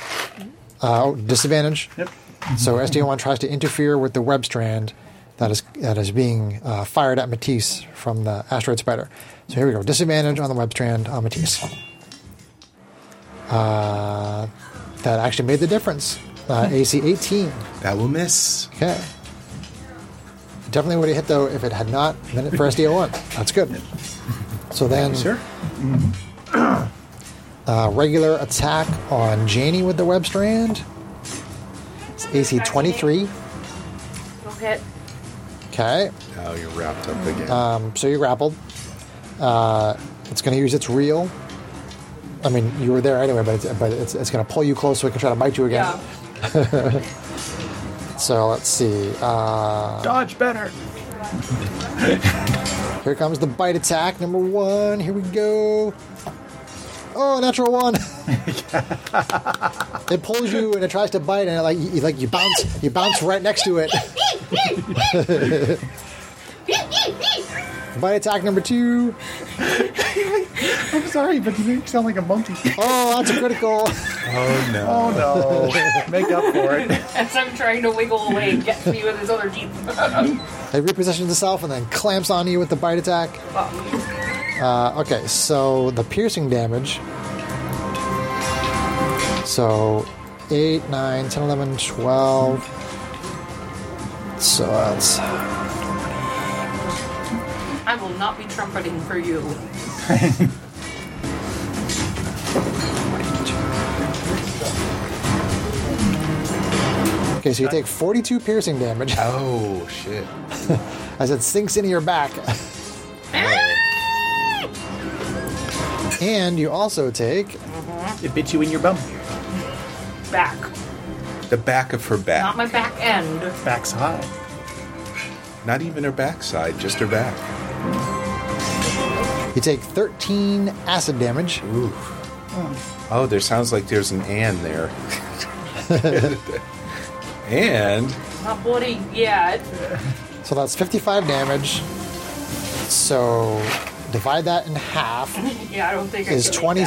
uh, disadvantage. Yep. So SD1 tries to interfere with the web strand that is that is being uh, fired at Matisse from the asteroid spider. So here we go. Disadvantage on the web strand on Matisse. Uh, that actually made the difference. Uh, AC 18. That will miss. Okay. Definitely would have hit though if it had not been for SD01. That's good. So then, Sure. uh, regular attack on Janie with the web strand. It's AC 23. It'll hit. Okay. Now Oh, you're wrapped up again. Um, so you grappled. Uh, it's going to use its reel. I mean, you were there anyway, but it's, but it's, it's going to pull you close so it can try to bite you again. uh, Yeah. So let's see. Uh, Dodge better. here comes the bite attack, number one. Here we go. Oh, natural one. it pulls you and it tries to bite, and it, like you, like you bounce, you bounce right next to it. bite attack number two. I'm sorry, but you make sound like a monkey. Oh, that's a critical. oh no. Oh no. Make up for it. As I'm trying to wiggle away, it gets me with his other teeth. It repositions itself and then clamps on you with the bite attack. Uh, okay, so the piercing damage. So 8, 9, 10, 11, 12. So that's. I will not be trumpeting for you. Okay, so you take 42 piercing damage Oh shit. as it sinks into your back. and you also take. It bit you in your bum. Back. The back of her Not back. my back end. Back's high. Not even her backside, just her back. You take 13 acid damage. Hmm. Oh, there sounds like there's an and there. and Not bloody yet. So that's 55 damage. So divide that in half Yeah, I don't think I is can make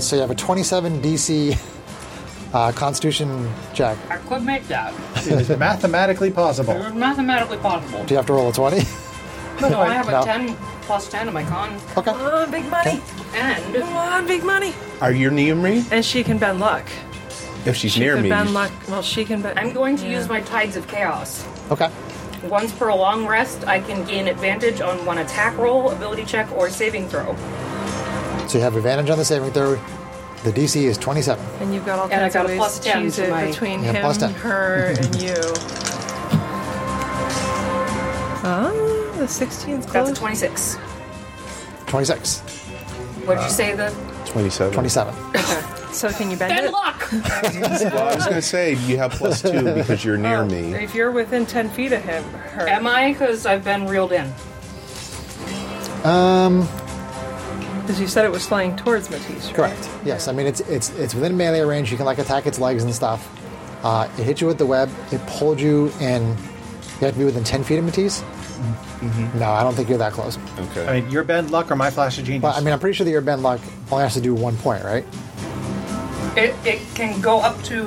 27. So you have a 27 DC uh, Constitution check. I could make that. It is mathematically It possible. was mathematically possible. Do you have to roll a 20? No, I have No. a 10 plus 10 in my con. okay. Come on, big money. Come And on, big money. are you near me? And she can bend luck. If she's She near could me, bend luck. Well, she can bend. I'm going to use my Tides of Chaos. Okay. Once per long rest, I can gain advantage on one attack roll, ability check, or saving throw. So you have advantage on the saving throw. The DC is 27. And you've got all And I kinds got of a ways plus to 10 choose to it my- between Yeah, him, plus 10. her, and you. Oh, the 16's close. That's a 26. 26. What'd you say the 27. 27. So can you bend Good it? luck! Well, I was going to say you have plus two because you're near Oh, me. If you're within 10 feet of him, her. Am I? Because I've been reeled in. Because you said it was flying towards Matisse, right? Correct. Yes. I mean, it's it's it's within melee range. You can like attack its legs and stuff. Uh, it hit you with the web. It pulled you in. You have to be within 10 feet of Matisse. No, I don't think you're that close. Okay. I mean, your bad luck or my flash of genius. But I mean, I'm pretty sure that your bend luck only has to do one point, right? It, it can go up to.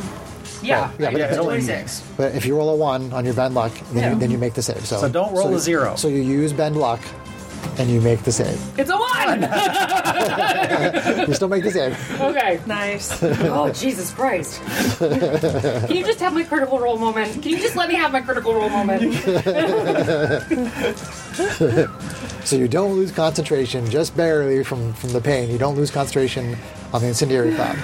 Yeah, Yeah, but- it's Yeah, it only- 26. But if you roll a one on your bend luck, then, Yeah. you, then you make the save. So, So don't roll you- a zero. So you use bend luck, and you make the save. It's a 1! You still make the save. okay. Nice. Oh, Jesus Christ. Can you just have my critical roll moment? Can you just let me have my critical roll moment? So you don't lose concentration, just barely from from the pain. You don't lose concentration on the incendiary cloud.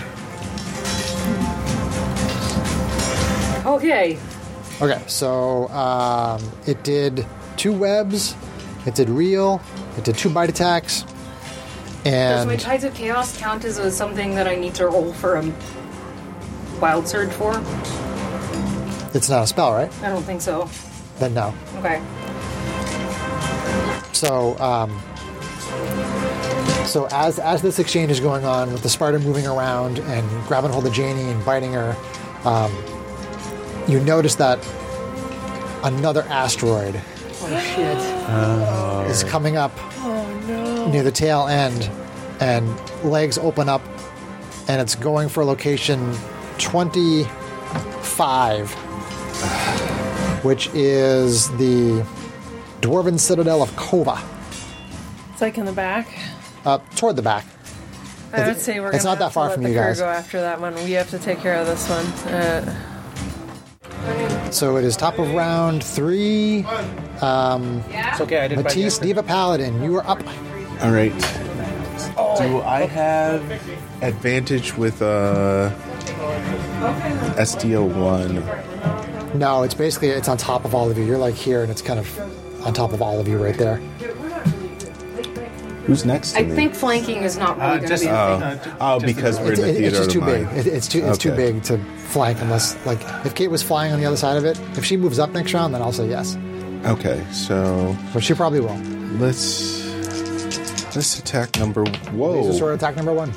Okay. Okay, so um, it did two webs, it did reel, it did two bite attacks, Does my and Tides of Chaos count as a, something that I need to roll for a wild surge for? I it's not a spell, right? don't think so. Then no. Okay. So, um, so as as this exchange is going on, with the Spartan moving around and grabbing hold of Janie and biting her, um, you notice that another asteroid Oh shit. Oh. is coming up near the tail end, and legs open up, and it's going for location 25, which is the Dwarven Citadel of Kova, It's like in the back. up toward the back. I would say we're It's gonna not that have far to let from the you crew guys. go after that one. We have to take care of this one. Uh, So it is top of round three. It's okay. I did bite Matisse, yesterday. Diva Paladin, you are up. All right. Oh. Do I have advantage with uh, SDO one? No, it's basically it's on top of all of you. You're like here, and it's kind of on top of all of you right there. Who's next? To I me? think flanking is not Uh, really going to just, be. uh, a thing. uh, ju- Oh, just because the- we're in the It- theater it's just of too the big. mind. It- it's too it's too Okay. big to flank unless like if Kate was flying on the other side of it. If she moves up next round, then I'll say yes. Okay, so But she probably will. let's let's attack number. Laser sword Whoa! attack number one.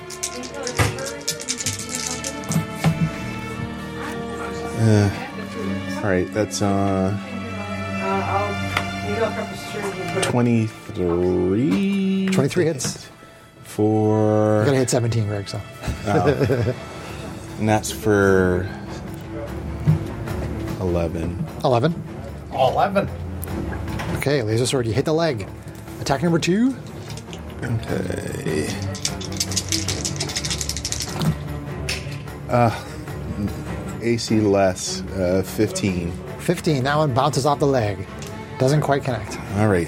All right, that's uh twenty three. 23 hits. For I gotta hit 17, Greg. So and that's for eleven. 11. Eleven. Okay, laser sword. You hit the leg. Attack number two. Ah, AC mm, less uh, fifteen. 15. That one bounces off the leg. Doesn't quite connect. All right,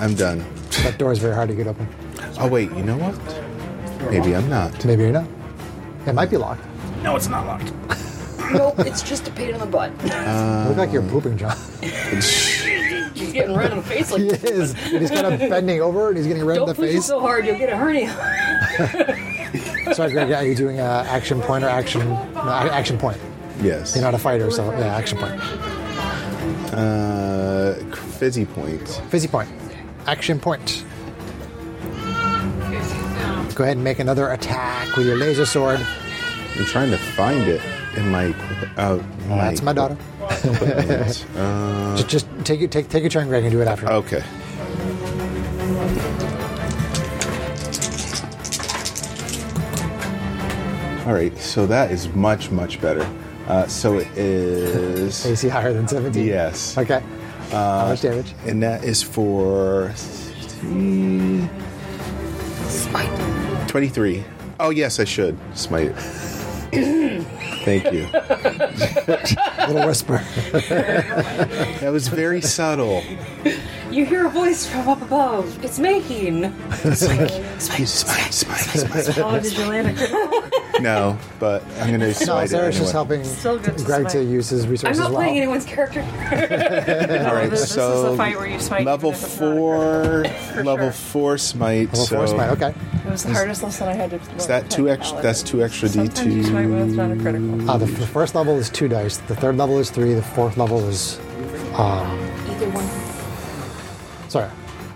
I'm done. That door is very hard to get open. Oh wait, you know what? Maybe I'm not. Maybe you're not. It might be locked. No, it's not locked. nope, it's just a pain in the butt. You look Uh. like you're pooping, John. He's getting red in the face. Like, he is. And he's kind of bending over and he's getting red in don't the push it face. so hard, you'll get a hernia. Sorry, Greg. Yeah, you're doing uh, action point or action no, a- action point. Yes. You're not a fighter, so yeah, action point. Uh, fizzy point. Fizzy point. Action point. Go ahead and make another attack with your laser sword. I'm trying to find it in my. Uh, my That's my daughter. equipment. uh, Just, just take your take take your turn, Greg, and do it after. okay. All right, so that is much much better. Uh, so it is. AC higher than 17. Yes. Uh. Okay. How much damage? and that is for three- 23 oh yes i should smite thank you Little whisper. that was very subtle You hear a voice from up above. It's making. smite smite smite smite oh, did you land a crit? no but i'm gonna no, smite it Sarah's anyway. just helping Still good to Greg to smite. use his I'm resources not well. playing anyone's character. all right This- this is so the fight where you smite level even if it's not a crit. four For level sure. four smite Level so four smite. Okay. It was the hardest lesson I had to. learn. is that two extra that's two extra Sometimes you smite with not a d2 critical. Uh, the f- first level is two dice. The third level is three. The fourth level is. Either one. Sorry.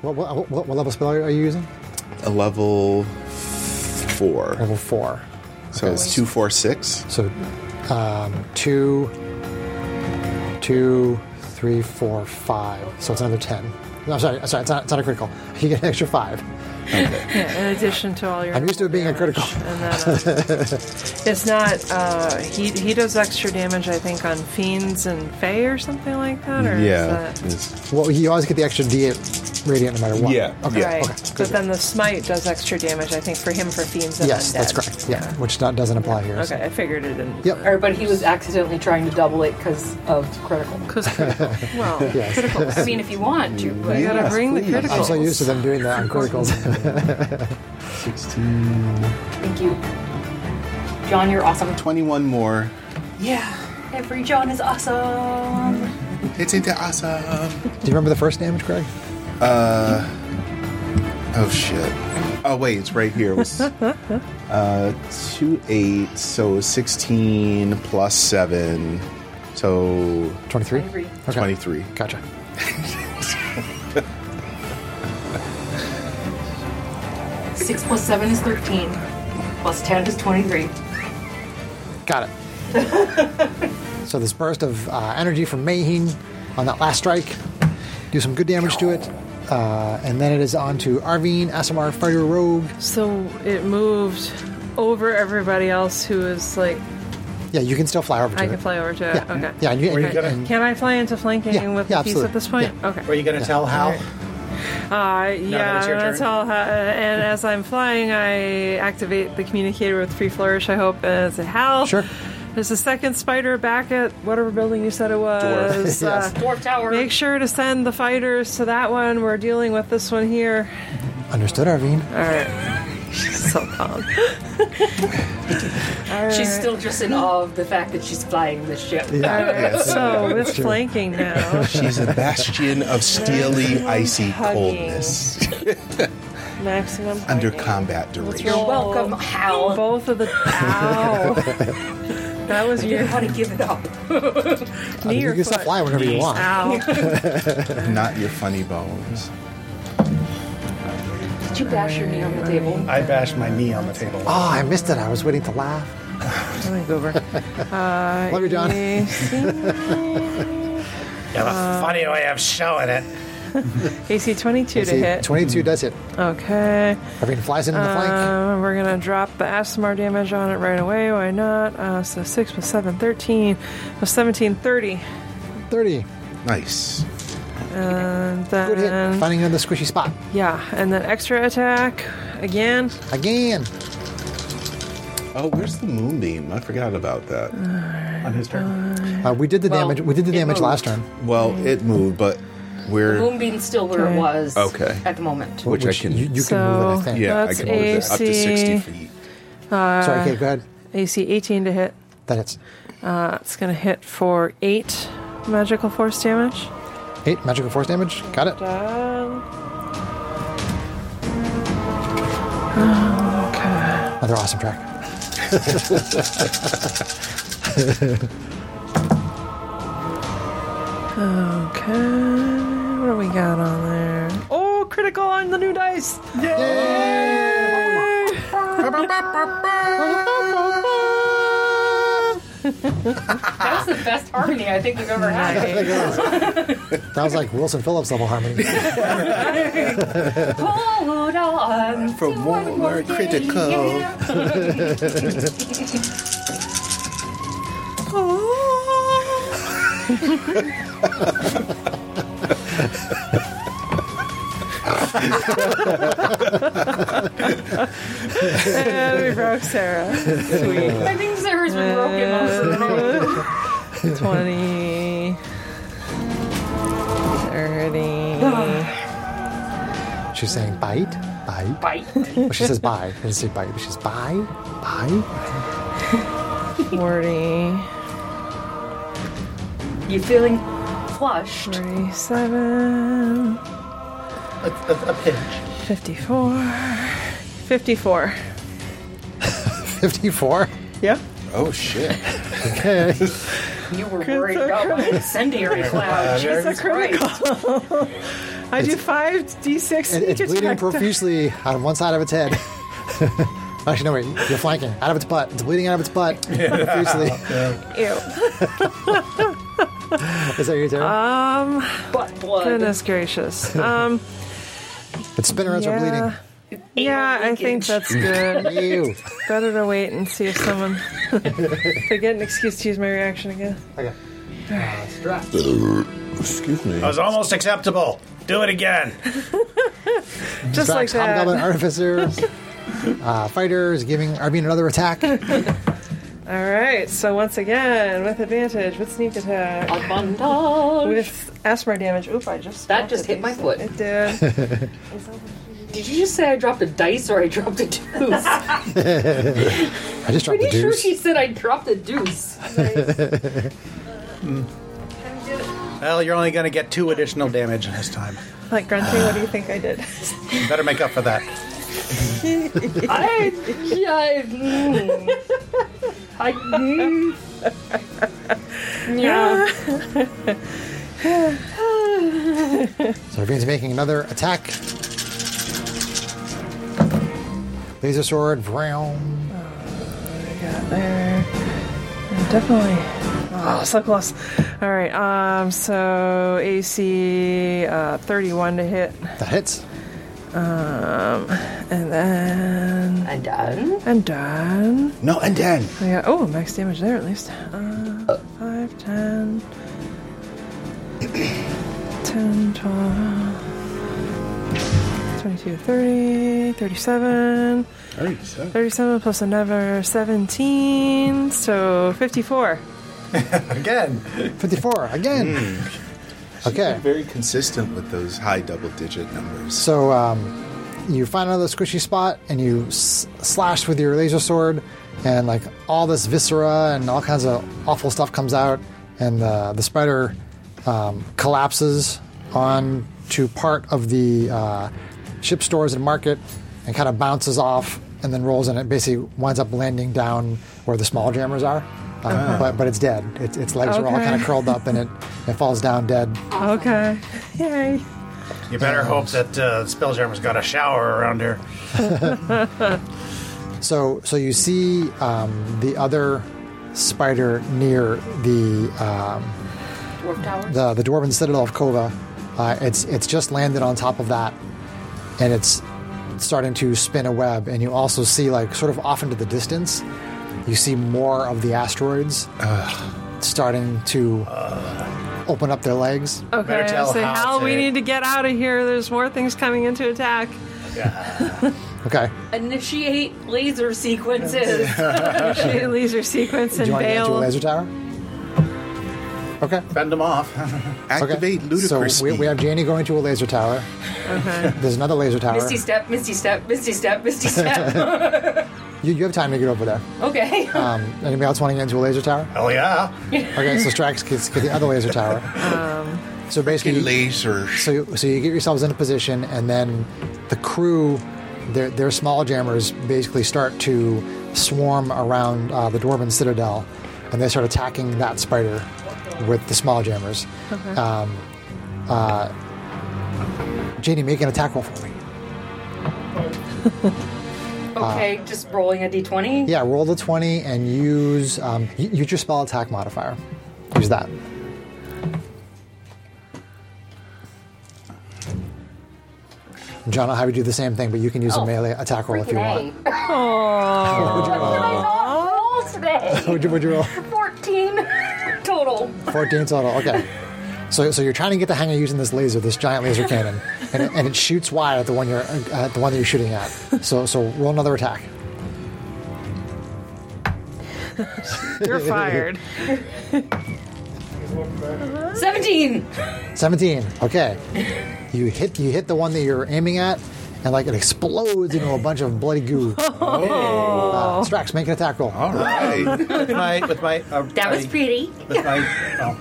What, what, what, what level spell are you using? a level four Level four. so it's two four six So, um, two, two, three, four, five. So it's another ten. No, I'm sorry. Sorry, it's not, it's not a critical. You get an extra five. Yeah, in addition to all your. I'm used to it being a critical. And then, uh, it's not. Uh, he he does extra damage, I think, on fiends and fey or something like that. Or yeah Is that, it's- Well, you always get the extra d8 radiant no matter what. Yeah, Okay. yeah. Right, Okay. but then the smite does extra damage, I think, for him for fiends and Yes, undead. that's correct. Yeah, which not, doesn't apply here. so- Okay, I figured it didn't. Yep. Or, but he was accidentally trying to double it because of critical. Because critical. Well, critical. I mean, if you want to, but You gotta Yes, bring please. the critical. I'm so used to them doing that on criticals. 16 thank you. John, you're awesome. 21 more. Yeah, every John is awesome. It's into awesome. Do you remember the first damage, Greg? Oh shit. Oh wait, it's right here. It was, uh, two eight, so sixteen plus seven, so 23? Twenty-three. Okay. twenty three. Gotcha. Plus 7 is 13. Plus 10 is 23. Got it. so this burst of uh, energy from Mayheen on that last strike, do some good damage to it, uh, and then it is on to Arvine, Asimar, Fire Rogue. So it moved over everybody else who is like, Yeah, you can still fly over to I it. can fly over to it. Yeah, Okay. yeah, and you, Where you and- gonna- and- Can I fly into flanking Yeah, with yeah, the piece absolutely. at this point? Yeah. Okay. Are you going to tell Hal? Uh, yeah, it's your that's turn. all. ha- and as I'm flying, I activate the communicator with free flourish. I hope and say, "Hal, Sure. There's a second spider back at whatever building you said it was. Uh, Yes. Dwarf Tower. make sure to send the fighters to that one. We're dealing with this one here. Understood, Arvine. All right. She's so um, calm. She's still just in awe of the fact that she's flying this ship. All right. Yes. So with flanking now, She's a bastion of steely, icy Hugging. coldness maximum under hugging. combat duration. You're welcome, Hal. Both of the ow. that was You your want to give it up. I mean, Uh, knee you or can still foot? fly whenever you want. Ow. Not your funny bones. Did you bash your knee on the table? I bashed my knee on the table. Oh, I missed it. I was waiting to laugh. Let me go over. Uh, Love you, John. You have a funny way of showing it. AC 22 to See, hit. 22 does it. Okay. Arvine flies in in the flank. Uh, we're going to drop the Asmar damage on it right away. Why not? Uh, so 6 plus 7, 13. Plus 17, 30. 30. Nice. And Good hit. Um, then. Finding another squishy spot. Yeah, and then extra attack again. Again. Oh, where's the moonbeam? I forgot about that. On his turn. Uh, we did the Well, damage. We did the it damage moved. last turn. Well, it moved, but we're Moonbeam's still where it was Okay. at the moment. which, I can. You, you can So- move it, I think. yeah, I That's can move it up to sixty AC. feet. Sorry, uh, okay, go ahead. AC 18 to hit. That hits. Uh, it's going to hit for 8 magical force damage. Um, Eight magical force damage. Got it. Done. Another awesome track. Okay, what do we got on there? Oh, critical on the new dice! That's the best harmony I think we've ever had. That was like Wilson Phillips level harmony. Hold on. For to more one more day. critical. and we broke Sarah. Sweet. I think Sarah's been broken also. 20. 30. She's saying bite, bite. Bite. Well, she says bye. I didn't say bite. She says bye, bye. 40. You feeling flushed? 37. A, a, a pinch. 54. 54. 54. Yep. Oh shit! Okay. You were worried about an incendiary cloud. Jesus Christ. I do 5d6 It, sneak it's bleeding attack. profusely out of one side of its head. Actually, no, wait. You're flanking. Out of its butt. It's bleeding out of its butt. profusely. Ew. Is that your turn? Butt blood. Goodness gracious. Um, its spinnerets yeah. Yeah, I think that's good. are bleeding. Ew. Better to wait and see if someone. if I get an excuse to use my reaction again. Okay. Excuse me. That was almost acceptable. Do it again. Just like Drax, that. Hobgoblin All Artificer. uh, fighter is giving Arvine another attack. right. So once again, with advantage, with sneak attack, Abundant. with asthma damage. Oop! I just That dropped just a hit my dice. foot. It did. Did you just say I dropped a dice or I dropped a deuce? I just dropped the Pretty sure deuce. she said I dropped a deuce. Well, you're only going to get two additional damage this time. like grunting. What do you think I did? You better make up for that. I, yeah, I, mm. I, mm. yeah. So Arvine's making another attack. Laser sword, vroom. got there. Yeah, Definitely. Oh, so close. All right. Um. So AC uh, 31 to hit, That hits. Um, and then I'm done. I'm done. No, and then. I got oh max damage there at least. Uh, 5, 10, 10, 12, 22, 30, 37, 37 plus another 17, so 54. Again. 54 again. Okay. Very consistent with those high double digit numbers. So um, you find another squishy spot and you s- slash with your laser sword, and like all this viscera and all kinds of awful stuff comes out, and the the spider um, collapses on to part of the uh, ship stores and market, and kind of bounces off and then rolls and it basically winds up landing down where the small jammers are. Um, But but it's dead. It, its legs are all Okay. kind of curled up, and it it falls down dead. Okay. Yay. You better hope that uh, Spelljammer's got a shower around here. So, so you see um, the other spider near the um, Dwarf tower. the the dwarven citadel of Kova. Uh, it's it's just landed on top of that, and it's starting to spin a web. And you also see like sort of off into the distance, you see more of the asteroids starting to open up their legs. Oh. Okay, Better tell I say, Hal Hal, we to- need to get out of here. There's more things coming into attack. Okay, Initiate laser sequences. Initiate laser sequence do and you want to get into a bail. laser tower? Okay. Fend them off. Okay. Activate ludicrous. So we, speed. we have Janie going to a laser tower. Okay. There's another laser tower. misty step, misty step, misty step, misty step. You, you have time to get over there. okay. Um, anybody else want to get into a laser tower? Oh. Hell yeah. Okay, so Strax gets get the other laser tower. so basically, laser. so you, so you get yourselves in a position, and then the crew, their, their small jammers, basically start to swarm around uh, the dwarven citadel, and they start attacking that spider with the small jammers. Um, uh, Janie, make an attack roll for me. Okay, just rolling a d20. Ah. Yeah, roll the twenty and use um, y- use your spell attack modifier. Use that. John, I'll have you do the same thing, but you can use a Oh. melee attack roll if you want. Freaking A. I not roll today. Would you, would you roll 14 total. fourteen total? Okay. So, so you're trying to get the hang of using this laser, this giant laser cannon, and it, and it shoots wide at the one you're uh, at the one that you're shooting at. So, so roll another attack. You're fired. 17. 17. Okay. You hit you hit the one that you're aiming at, and like it explodes into a bunch of bloody goo. Oh. Uh, Strax, make an attack roll. All right. With my, with my, uh, That was my- pretty. With my, oh,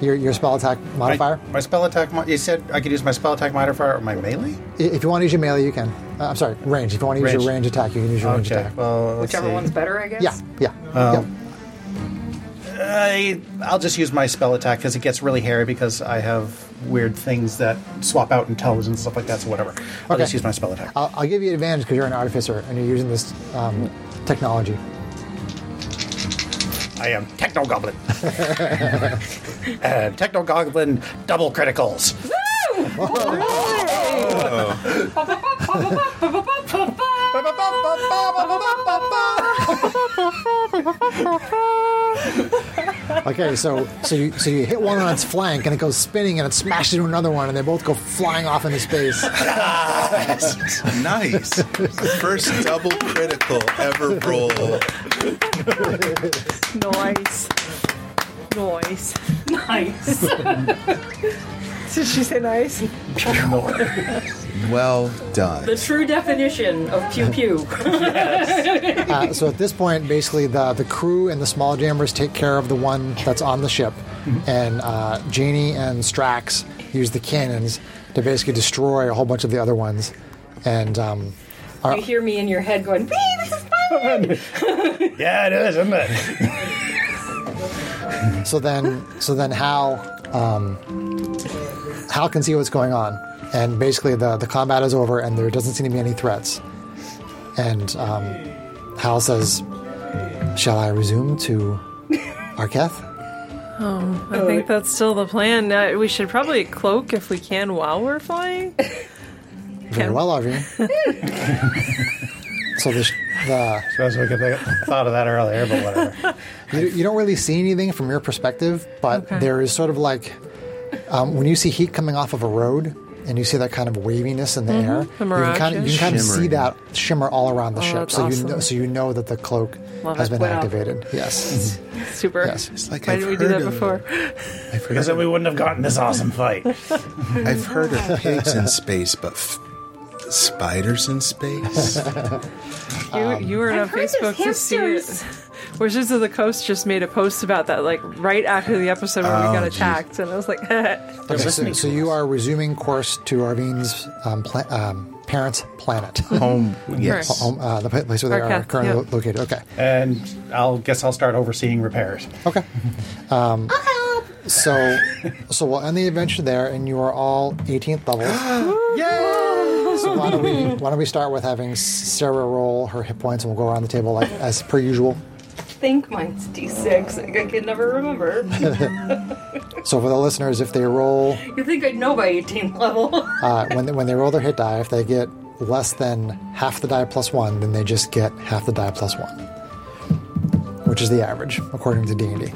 Your, your spell attack my, modifier. my spell attack. Mo- you said I could use my spell attack modifier or my melee. I- If you want to use your melee, you can. Uh, I'm sorry, range. If you want to use your Range. range attack, you can use your range Okay. attack. Well, let's Whichever see. Um, one's better, I guess. Yeah, yeah. I, I'll just use my spell attack because it gets really hairy because I have weird things that swap out intelligence and stuff like that. So whatever. I'll Okay. just use my spell attack. I'll, I'll give you advantage because you're an artificer and you're using this um, technology. I am Techno Goblin. and Techno Goblin double criticals. Okay, so so you so you hit one on its flank and it goes spinning and it smashes into another one and they both go flying off into space. nice. First double critical ever roll. Noise. Noise. Nice. Did she say nice? Well done. the true definition of pew pew. Uh, so at this point, basically, the, the crew and the small jammers take care of the one that's on the ship, and uh, Janie and Strax use the cannons to basically destroy a whole bunch of the other ones. And um, you hear me in your head going, "Wee, this is fun." yeah, it is, isn't it? so then, so then Hal, um, Hal can see what's going on, and basically the, the combat is over and there doesn't seem to be any threats. And um, Hal says, "Shall I resume to Arketh?" I think that's still the plan. Uh, we should probably cloak if we can while we're flying. Very well, Arvian. so the, sh- the Suppose we could have thought of that earlier, but whatever. You, you don't really see anything from your perspective, but Okay. there is sort of like um, when you see heat coming off of a road and you see that kind of waviness in the air, Mm-hmm. the you can kind of, mirage, you can kind of see Shimmering. that shimmer all around the Oh, ship. that's So you awesome. know, so you know that the cloak Love has it. been Wow. activated. Yes, Super. yes. It's like Why I've didn't we do heard that of before? it. I've heard, Because then of, we wouldn't have gotten this awesome fight. I've heard of pigs in space, but f- spiders in space? You, Um, you were on I've heard Facebook to there's see hamsters. Wizards of the Coast just made a post about that, like right after the episode where we got Oh, geez. attacked, and I was like, "Uh, Okay, so, so you are resuming course to Arvine's um, pla- um, parents' planet, Home, yes. Right. Home, uh, the pla- place where they are Arketh, currently yeah. lo- located. Okay, and I'll guess I'll start overseeing repairs. okay. Um, so, so we'll end the adventure there, and you are all 18th level. So why don't we why don't we start with having Sarah roll her hit points and we'll go around the table like as per usual. think mine's D6. I can never remember. So for the listeners, if they roll you think I'd know by 18 level. uh, when they, when they roll their hit die, if they get less than half the die plus one, then they just get half the die plus one, which is the average according to D and D.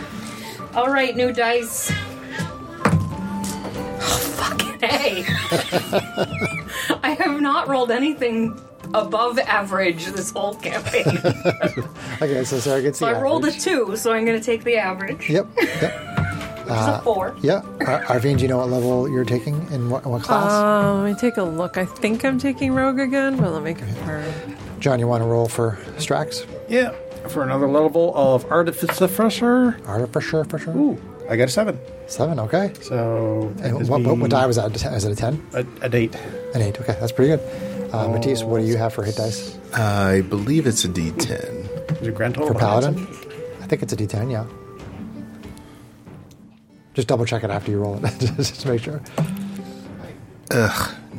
All right, new dice. Oh, fucking A. I have not rolled anything above average this whole campaign. Okay, so Sarah gets so the I rolled a average. two, so I'm going to take the average, Yep. Yep. which is a four. Yeah. Ar- Arvine, do you know what level you're taking in what, what class? "Uh, let me take a look. I think I'm taking Rogue again, but let me confirm. John, you want to roll for Strax? Yeah. For another level of artificer. Art for sure, for sure. Ooh, I got a seven. Seven. Okay. So that And is what, what, what the- die was that? Is it a ten? A, a date. An eight. Okay, that's pretty good. Oh, Uh, Matisse, what do you have for hit dice Uh, I believe it's a D10. Is it grand total for of Paladin? Hudson? I think it's a D10. Yeah. Just double check it after you roll it, just to make sure.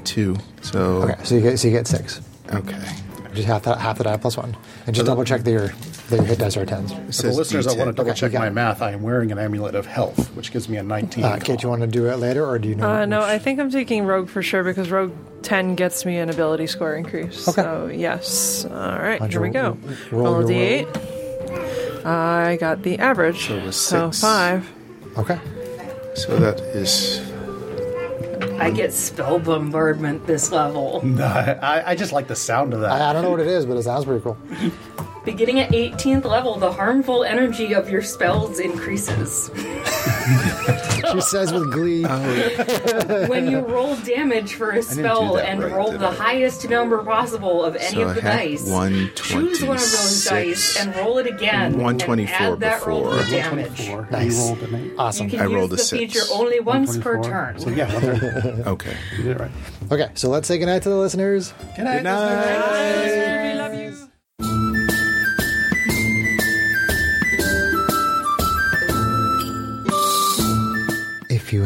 Two. So, Okay, so you get so you get six, okay. which is half that half the die plus one, and just double check that your that your hit dice are tens. It For the says listeners, I want to D10. double check E Okay, you got my it. math. I am wearing an amulet of health, which gives me a 19. Uh, Kate, you want to do it later, or do you know? Uh, no, I think I'm taking Rogue for sure because Rogue 10 gets me an ability score increase. Okay. So, yes. All right, How'd here we you go. roll Roll a your D8. I got the average. So, it was six. five. Okay. So that is. I get spell bombardment this level. I, I just like the sound of that. I, I don't know what it is, but it sounds pretty cool. Beginning at 18th level, the harmful energy of your spells increases. She says with glee. when you roll damage for a spell that and right, roll did the I? highest number possible of any So of the I had dice, one choose one of those 26, dice and roll it again. 124 and add that roll to the before. damage. Four. Nice. You rolled an eight. Awesome. You can I use rolled a the six. feature only once per 24. turn. So yeah, one turn. Okay. you did it right. Okay, so let's say goodnight to the listeners. Can I? If you